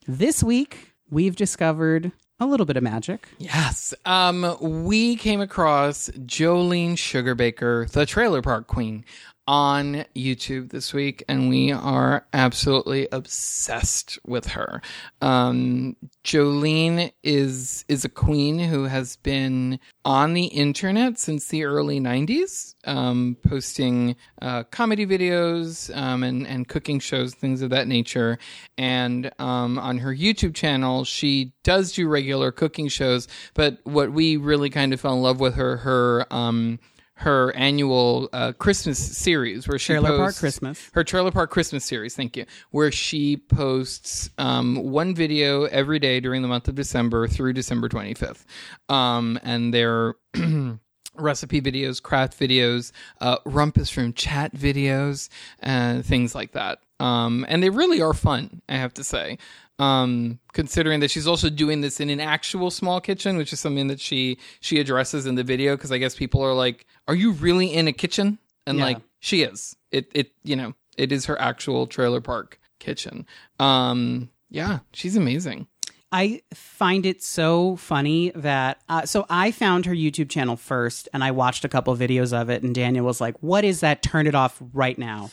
[SPEAKER 2] This week we've discovered a little bit of magic.
[SPEAKER 1] Yes. Um, we came across Jolene Sugarbaker, the Trailer Park Queen, on YouTube this week, and we are absolutely obsessed with her. Um, Jolene is is a queen who has been on the internet since the early '90s, um, posting uh, comedy videos um, and and cooking shows, things of that nature. And um, on her YouTube channel, she does do regular cooking shows. But what we really kind of fell in love with her her um, her annual uh, Christmas series where she
[SPEAKER 2] Trailer Park
[SPEAKER 1] posts-
[SPEAKER 2] Christmas.
[SPEAKER 1] her trailer park Christmas series. Thank you, where she posts um, one video every day during the month of December through December twenty fifth, um, and they're recipe videos, craft videos, uh, rumpus room chat videos, uh, things like that. Um, and they really are fun, I have to say. Um, considering that she's also doing this in an actual small kitchen, which is something that she she addresses in the video, because I guess people are like, "Are you really in a kitchen?" And
[SPEAKER 2] Yeah.
[SPEAKER 1] like, she is. It it you know it is her actual trailer park kitchen. Um, yeah, she's amazing.
[SPEAKER 2] I find it so funny that uh, so I found her YouTube channel first, and I watched a couple videos of it, and Daniel was like, "What is that? Turn it off right now."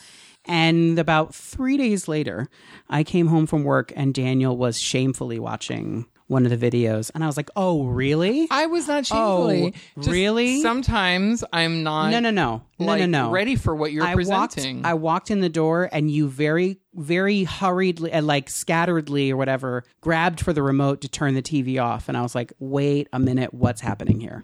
[SPEAKER 2] And about three days later, I came home from work, and Daniel was shamefully watching one of the videos, and I was like, "Oh, really?
[SPEAKER 1] I was not shamefully.
[SPEAKER 2] Oh, really?
[SPEAKER 1] Sometimes I'm not.
[SPEAKER 2] no, no, no, no,
[SPEAKER 1] like,
[SPEAKER 2] no, no."
[SPEAKER 1] Ready for what you're
[SPEAKER 2] I
[SPEAKER 1] presenting.
[SPEAKER 2] walked. I walked in the door, and you very, very hurriedly, and like scatteredly or whatever, grabbed for the remote to turn the TV off, and I was like, "Wait a minute, what's happening here?"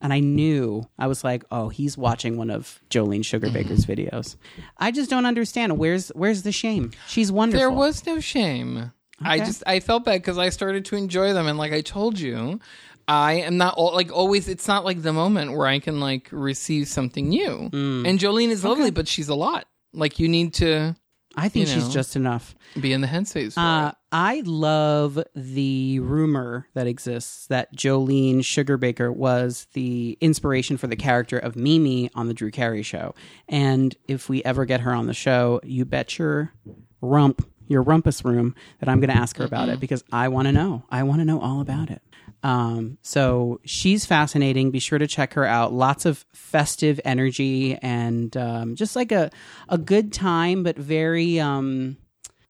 [SPEAKER 2] And I knew I was like, "Oh, he's watching one of Jolene
[SPEAKER 1] Mm-hmm.
[SPEAKER 2] Sugarbaker's videos." I just don't understand. Where's Where's the shame? She's wonderful.
[SPEAKER 1] there was no shame. I
[SPEAKER 2] Okay.
[SPEAKER 1] just I felt bad because I started to enjoy them, and like I told you, I am not all, like always. It's not like the moment where I can like receive something new.
[SPEAKER 2] Mm.
[SPEAKER 1] And Jolene is lovely, but she's a lot. Like you need to
[SPEAKER 2] I think
[SPEAKER 1] you
[SPEAKER 2] she's
[SPEAKER 1] know.
[SPEAKER 2] just enough.
[SPEAKER 1] be in the headspace. for
[SPEAKER 2] Uh, I love the rumor that exists that Jolene Sugarbaker was the inspiration for the character of Mimi on the Drew Carey show. And if we ever get her on the show, you bet your rump, your rumpus room, that I'm going to ask her about it because I want to know. I want to know all about it. Um, so she's fascinating. Be sure to check her out. Lots of festive energy and um, just like a a good time, but very um,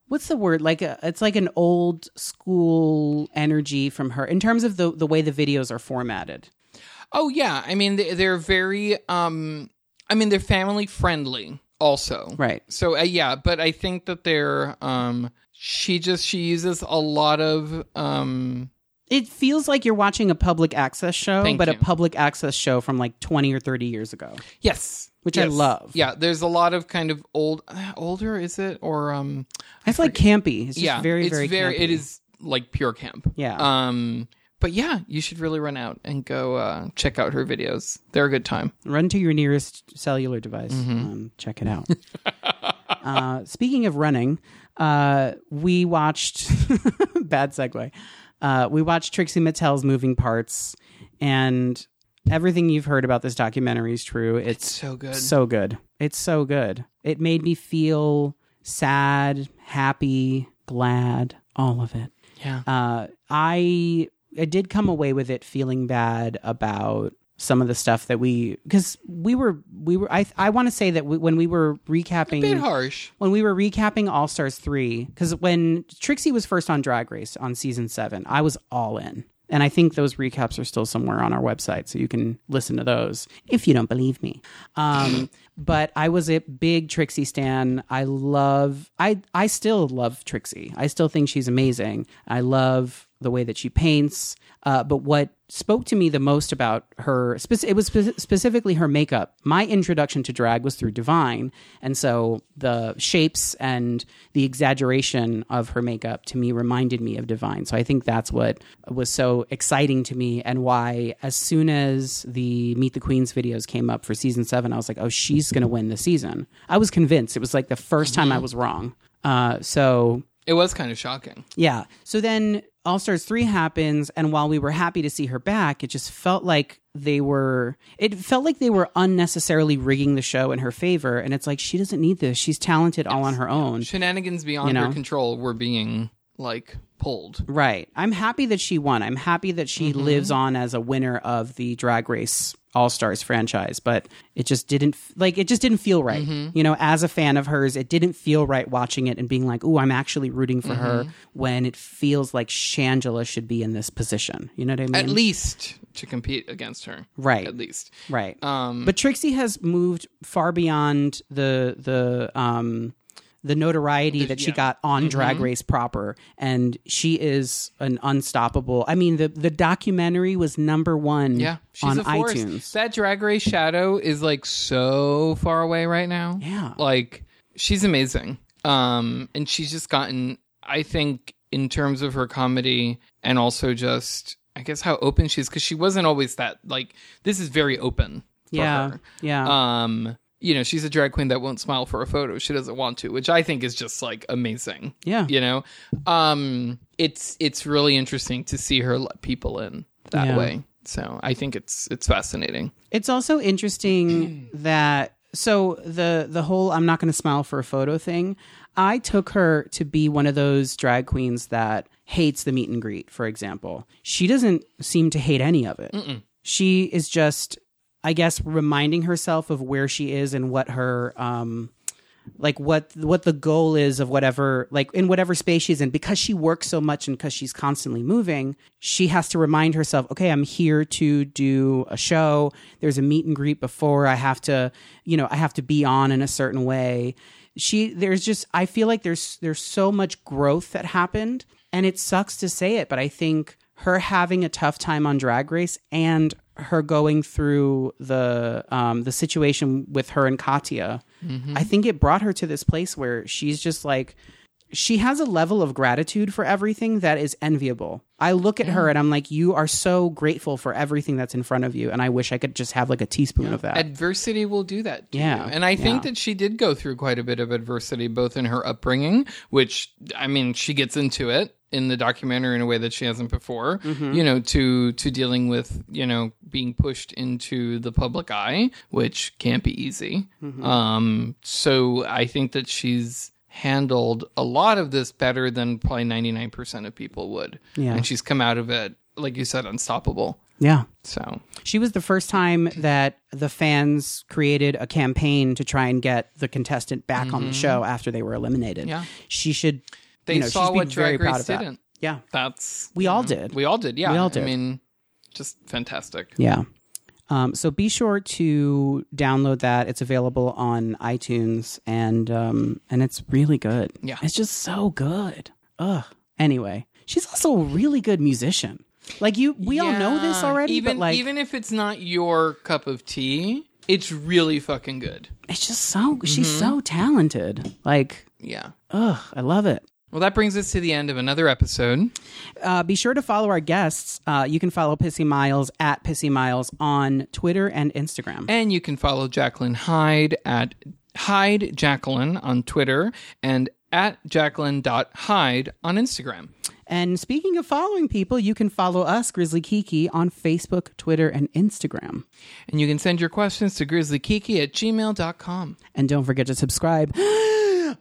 [SPEAKER 2] what's the word like a, it's like an old school energy from her in terms of the the way the videos are formatted
[SPEAKER 1] Oh yeah, I mean they- they're very um I mean they're family friendly also.
[SPEAKER 2] right
[SPEAKER 1] So uh, yeah, but I think that they're um she just she uses a lot of um
[SPEAKER 2] it feels like you're watching a public access show
[SPEAKER 1] Thank
[SPEAKER 2] but a
[SPEAKER 1] you.
[SPEAKER 2] public access show from like 20 or 30 years ago
[SPEAKER 1] yes,
[SPEAKER 2] Which I
[SPEAKER 1] Yes.
[SPEAKER 2] love.
[SPEAKER 1] Yeah, there's a lot of kind of old uh, older is it or um
[SPEAKER 2] it's like campy it's just
[SPEAKER 1] yeah,
[SPEAKER 2] very
[SPEAKER 1] it's
[SPEAKER 2] very, campy.
[SPEAKER 1] it is like pure camp.
[SPEAKER 2] Yeah.
[SPEAKER 1] Um but yeah, you should really run out and go uh check out her videos. They're a good time.
[SPEAKER 2] run to your nearest cellular device. Um, check it out. uh, speaking of running, uh, we watched bad segue. Uh, we watched Trixie Mattel's Moving Parts, and everything you've heard about this documentary is true. It's
[SPEAKER 1] So good.
[SPEAKER 2] so good. It's so good. It made me feel sad, happy, glad, all of it
[SPEAKER 1] yeah.
[SPEAKER 2] uh, I I did come away with it feeling bad about some of the stuff that we because we were we were I I want to say that we, when we were recapping
[SPEAKER 1] bit harsh.
[SPEAKER 2] when we were recapping All Stars 3, because when Trixie was first on Drag Race on season seven, I was all in. And I think those recaps are still somewhere on our website, so you can listen to those if you don't believe me. Um, but I was a big Trixie stan. I love, I, I still love Trixie. I still think she's amazing. I love the way that she paints. Uh, but what spoke to me the most about her, spec- it was spe- specifically her makeup. My introduction to drag was through Divine. And so the shapes and the exaggeration of her makeup to me reminded me of Divine. So I think that's what was so exciting to me and why, as soon as the Meet the Queens videos came up for season seven, I was like, oh, she's going to win the season. I was convinced. It was like the first time I was wrong. Uh, so
[SPEAKER 1] It was kind of shocking.
[SPEAKER 2] yeah. So then All Stars 3 happens and while we were happy to see her back, it just felt like they were it felt like they were unnecessarily rigging the show in her favor and it's like she doesn't need this. She's talented all on her own.
[SPEAKER 1] Shenanigans beyond
[SPEAKER 2] You know?
[SPEAKER 1] your control were being like pulled.
[SPEAKER 2] Right. I'm happy that she won. I'm happy that she
[SPEAKER 1] Mm-hmm.
[SPEAKER 2] lives on as a winner of the Drag Race All Stars franchise, but it just didn't f- like it just didn't feel right.
[SPEAKER 1] Mm-hmm.
[SPEAKER 2] You know, as a fan of hers, it didn't feel right watching it and being like, "Oh, I'm actually rooting for
[SPEAKER 1] Mm-hmm.
[SPEAKER 2] her when it feels like Shangela should be in this position." You know what I mean?
[SPEAKER 1] At least to compete against her.
[SPEAKER 2] Right.
[SPEAKER 1] At least.
[SPEAKER 2] Right.
[SPEAKER 1] Um
[SPEAKER 2] but Trixie has moved far beyond the the um the notoriety that she got on
[SPEAKER 1] Mm-hmm.
[SPEAKER 2] Drag Race proper, and she is an unstoppable. I mean, the the documentary was number one
[SPEAKER 1] yeah, she's
[SPEAKER 2] on
[SPEAKER 1] a force.
[SPEAKER 2] iTunes.
[SPEAKER 1] That drag race shadow is like so far away right now.
[SPEAKER 2] Yeah.
[SPEAKER 1] Uh-huh. Like she's amazing. Um and she's just gotten I think in terms of her comedy and also just I guess how open she is cuz she wasn't always that like this is very open for
[SPEAKER 2] yeah,
[SPEAKER 1] her.
[SPEAKER 2] yeah,
[SPEAKER 1] um you know she's a drag queen that won't smile for a photo she doesn't want to which i think is just like amazing
[SPEAKER 2] yeah,
[SPEAKER 1] you know um it's it's really interesting to see her let people in that
[SPEAKER 2] Yeah.
[SPEAKER 1] way so i think it's it's fascinating
[SPEAKER 2] It's also interesting that so the the whole I'm not going to smile for a photo thing. I took her to be one of those drag queens that hates the meet and greet, for example. She doesn't seem to hate any of it. She is just I guess reminding herself of where she is and what her um like what what the goal is of whatever like in whatever space she's in because she works so much and because she's constantly moving she has to remind herself okay i'm here to do a show there's a meet and greet before i have to you know i have to be on in a certain way she there's just i feel like there's there's so much growth that happened and it sucks to say it but i think her having a tough time on drag race and her going through the um, the situation with her and Katya, I think it brought her to this place where she's just like she has a level of gratitude for everything that is enviable. I look at her and I'm like, you are so grateful for everything that's in front of you, and I wish I could just have like a teaspoon of that.
[SPEAKER 1] adversity will do that to
[SPEAKER 2] Uh, Yeah,
[SPEAKER 1] you. and i think
[SPEAKER 2] yeah.
[SPEAKER 1] that she did go through quite a bit of adversity both in her upbringing which i mean she gets into it in the documentary in a way that she hasn't before
[SPEAKER 2] Mm-hmm.
[SPEAKER 1] you know to to dealing with you know being pushed into the public eye which can't be easy
[SPEAKER 2] Mm-hmm.
[SPEAKER 1] um so i think that she's handled a lot of this better than probably 99% of people would
[SPEAKER 2] Yeah.
[SPEAKER 1] and she's come out of it like you said unstoppable
[SPEAKER 2] yeah.
[SPEAKER 1] so
[SPEAKER 2] She was the first time that the fans created a campaign to try and get the contestant back on the show after they were eliminated.
[SPEAKER 1] Mm-hmm. Yeah.
[SPEAKER 2] She should.
[SPEAKER 1] they
[SPEAKER 2] you know,
[SPEAKER 1] saw
[SPEAKER 2] she's
[SPEAKER 1] what
[SPEAKER 2] very
[SPEAKER 1] drag
[SPEAKER 2] proud
[SPEAKER 1] race
[SPEAKER 2] of that.
[SPEAKER 1] didn't
[SPEAKER 2] Yeah,
[SPEAKER 1] that's
[SPEAKER 2] we all did.
[SPEAKER 1] We all did. Yeah.
[SPEAKER 2] We all did.
[SPEAKER 1] I mean, just fantastic.
[SPEAKER 2] Yeah. Um, so be sure to download that. It's available on iTunes and um, and it's really good.
[SPEAKER 1] Yeah.
[SPEAKER 2] It's just so good. Ugh. Anyway, she's also a really good musician. Like you we all know this
[SPEAKER 1] Yeah.
[SPEAKER 2] already,
[SPEAKER 1] Even
[SPEAKER 2] but like
[SPEAKER 1] even if it's not your cup of tea, it's really fucking good.
[SPEAKER 2] it's just so she's
[SPEAKER 1] Mm-hmm.
[SPEAKER 2] so talented. Like,
[SPEAKER 1] Yeah.
[SPEAKER 2] ugh, I love it.
[SPEAKER 1] Well, that brings us to the end of another episode.
[SPEAKER 2] uh, be sure to follow our guests. Uh, you can follow Pissy Miles at Pissy Miles on Twitter and Instagram.
[SPEAKER 1] And you can follow Jacqueline Hyde at Hyde Jacqueline on Twitter and at Jacqueline.hyde on Instagram.
[SPEAKER 2] And speaking of following people, you can follow us, Grizzly Kiki, on Facebook, Twitter, and Instagram.
[SPEAKER 1] And you can send your questions to grizzlykiki at gmail.com.
[SPEAKER 2] And don't forget to subscribe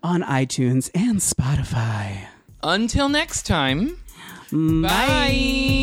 [SPEAKER 2] on iTunes and Spotify.
[SPEAKER 1] Until next time. Bye.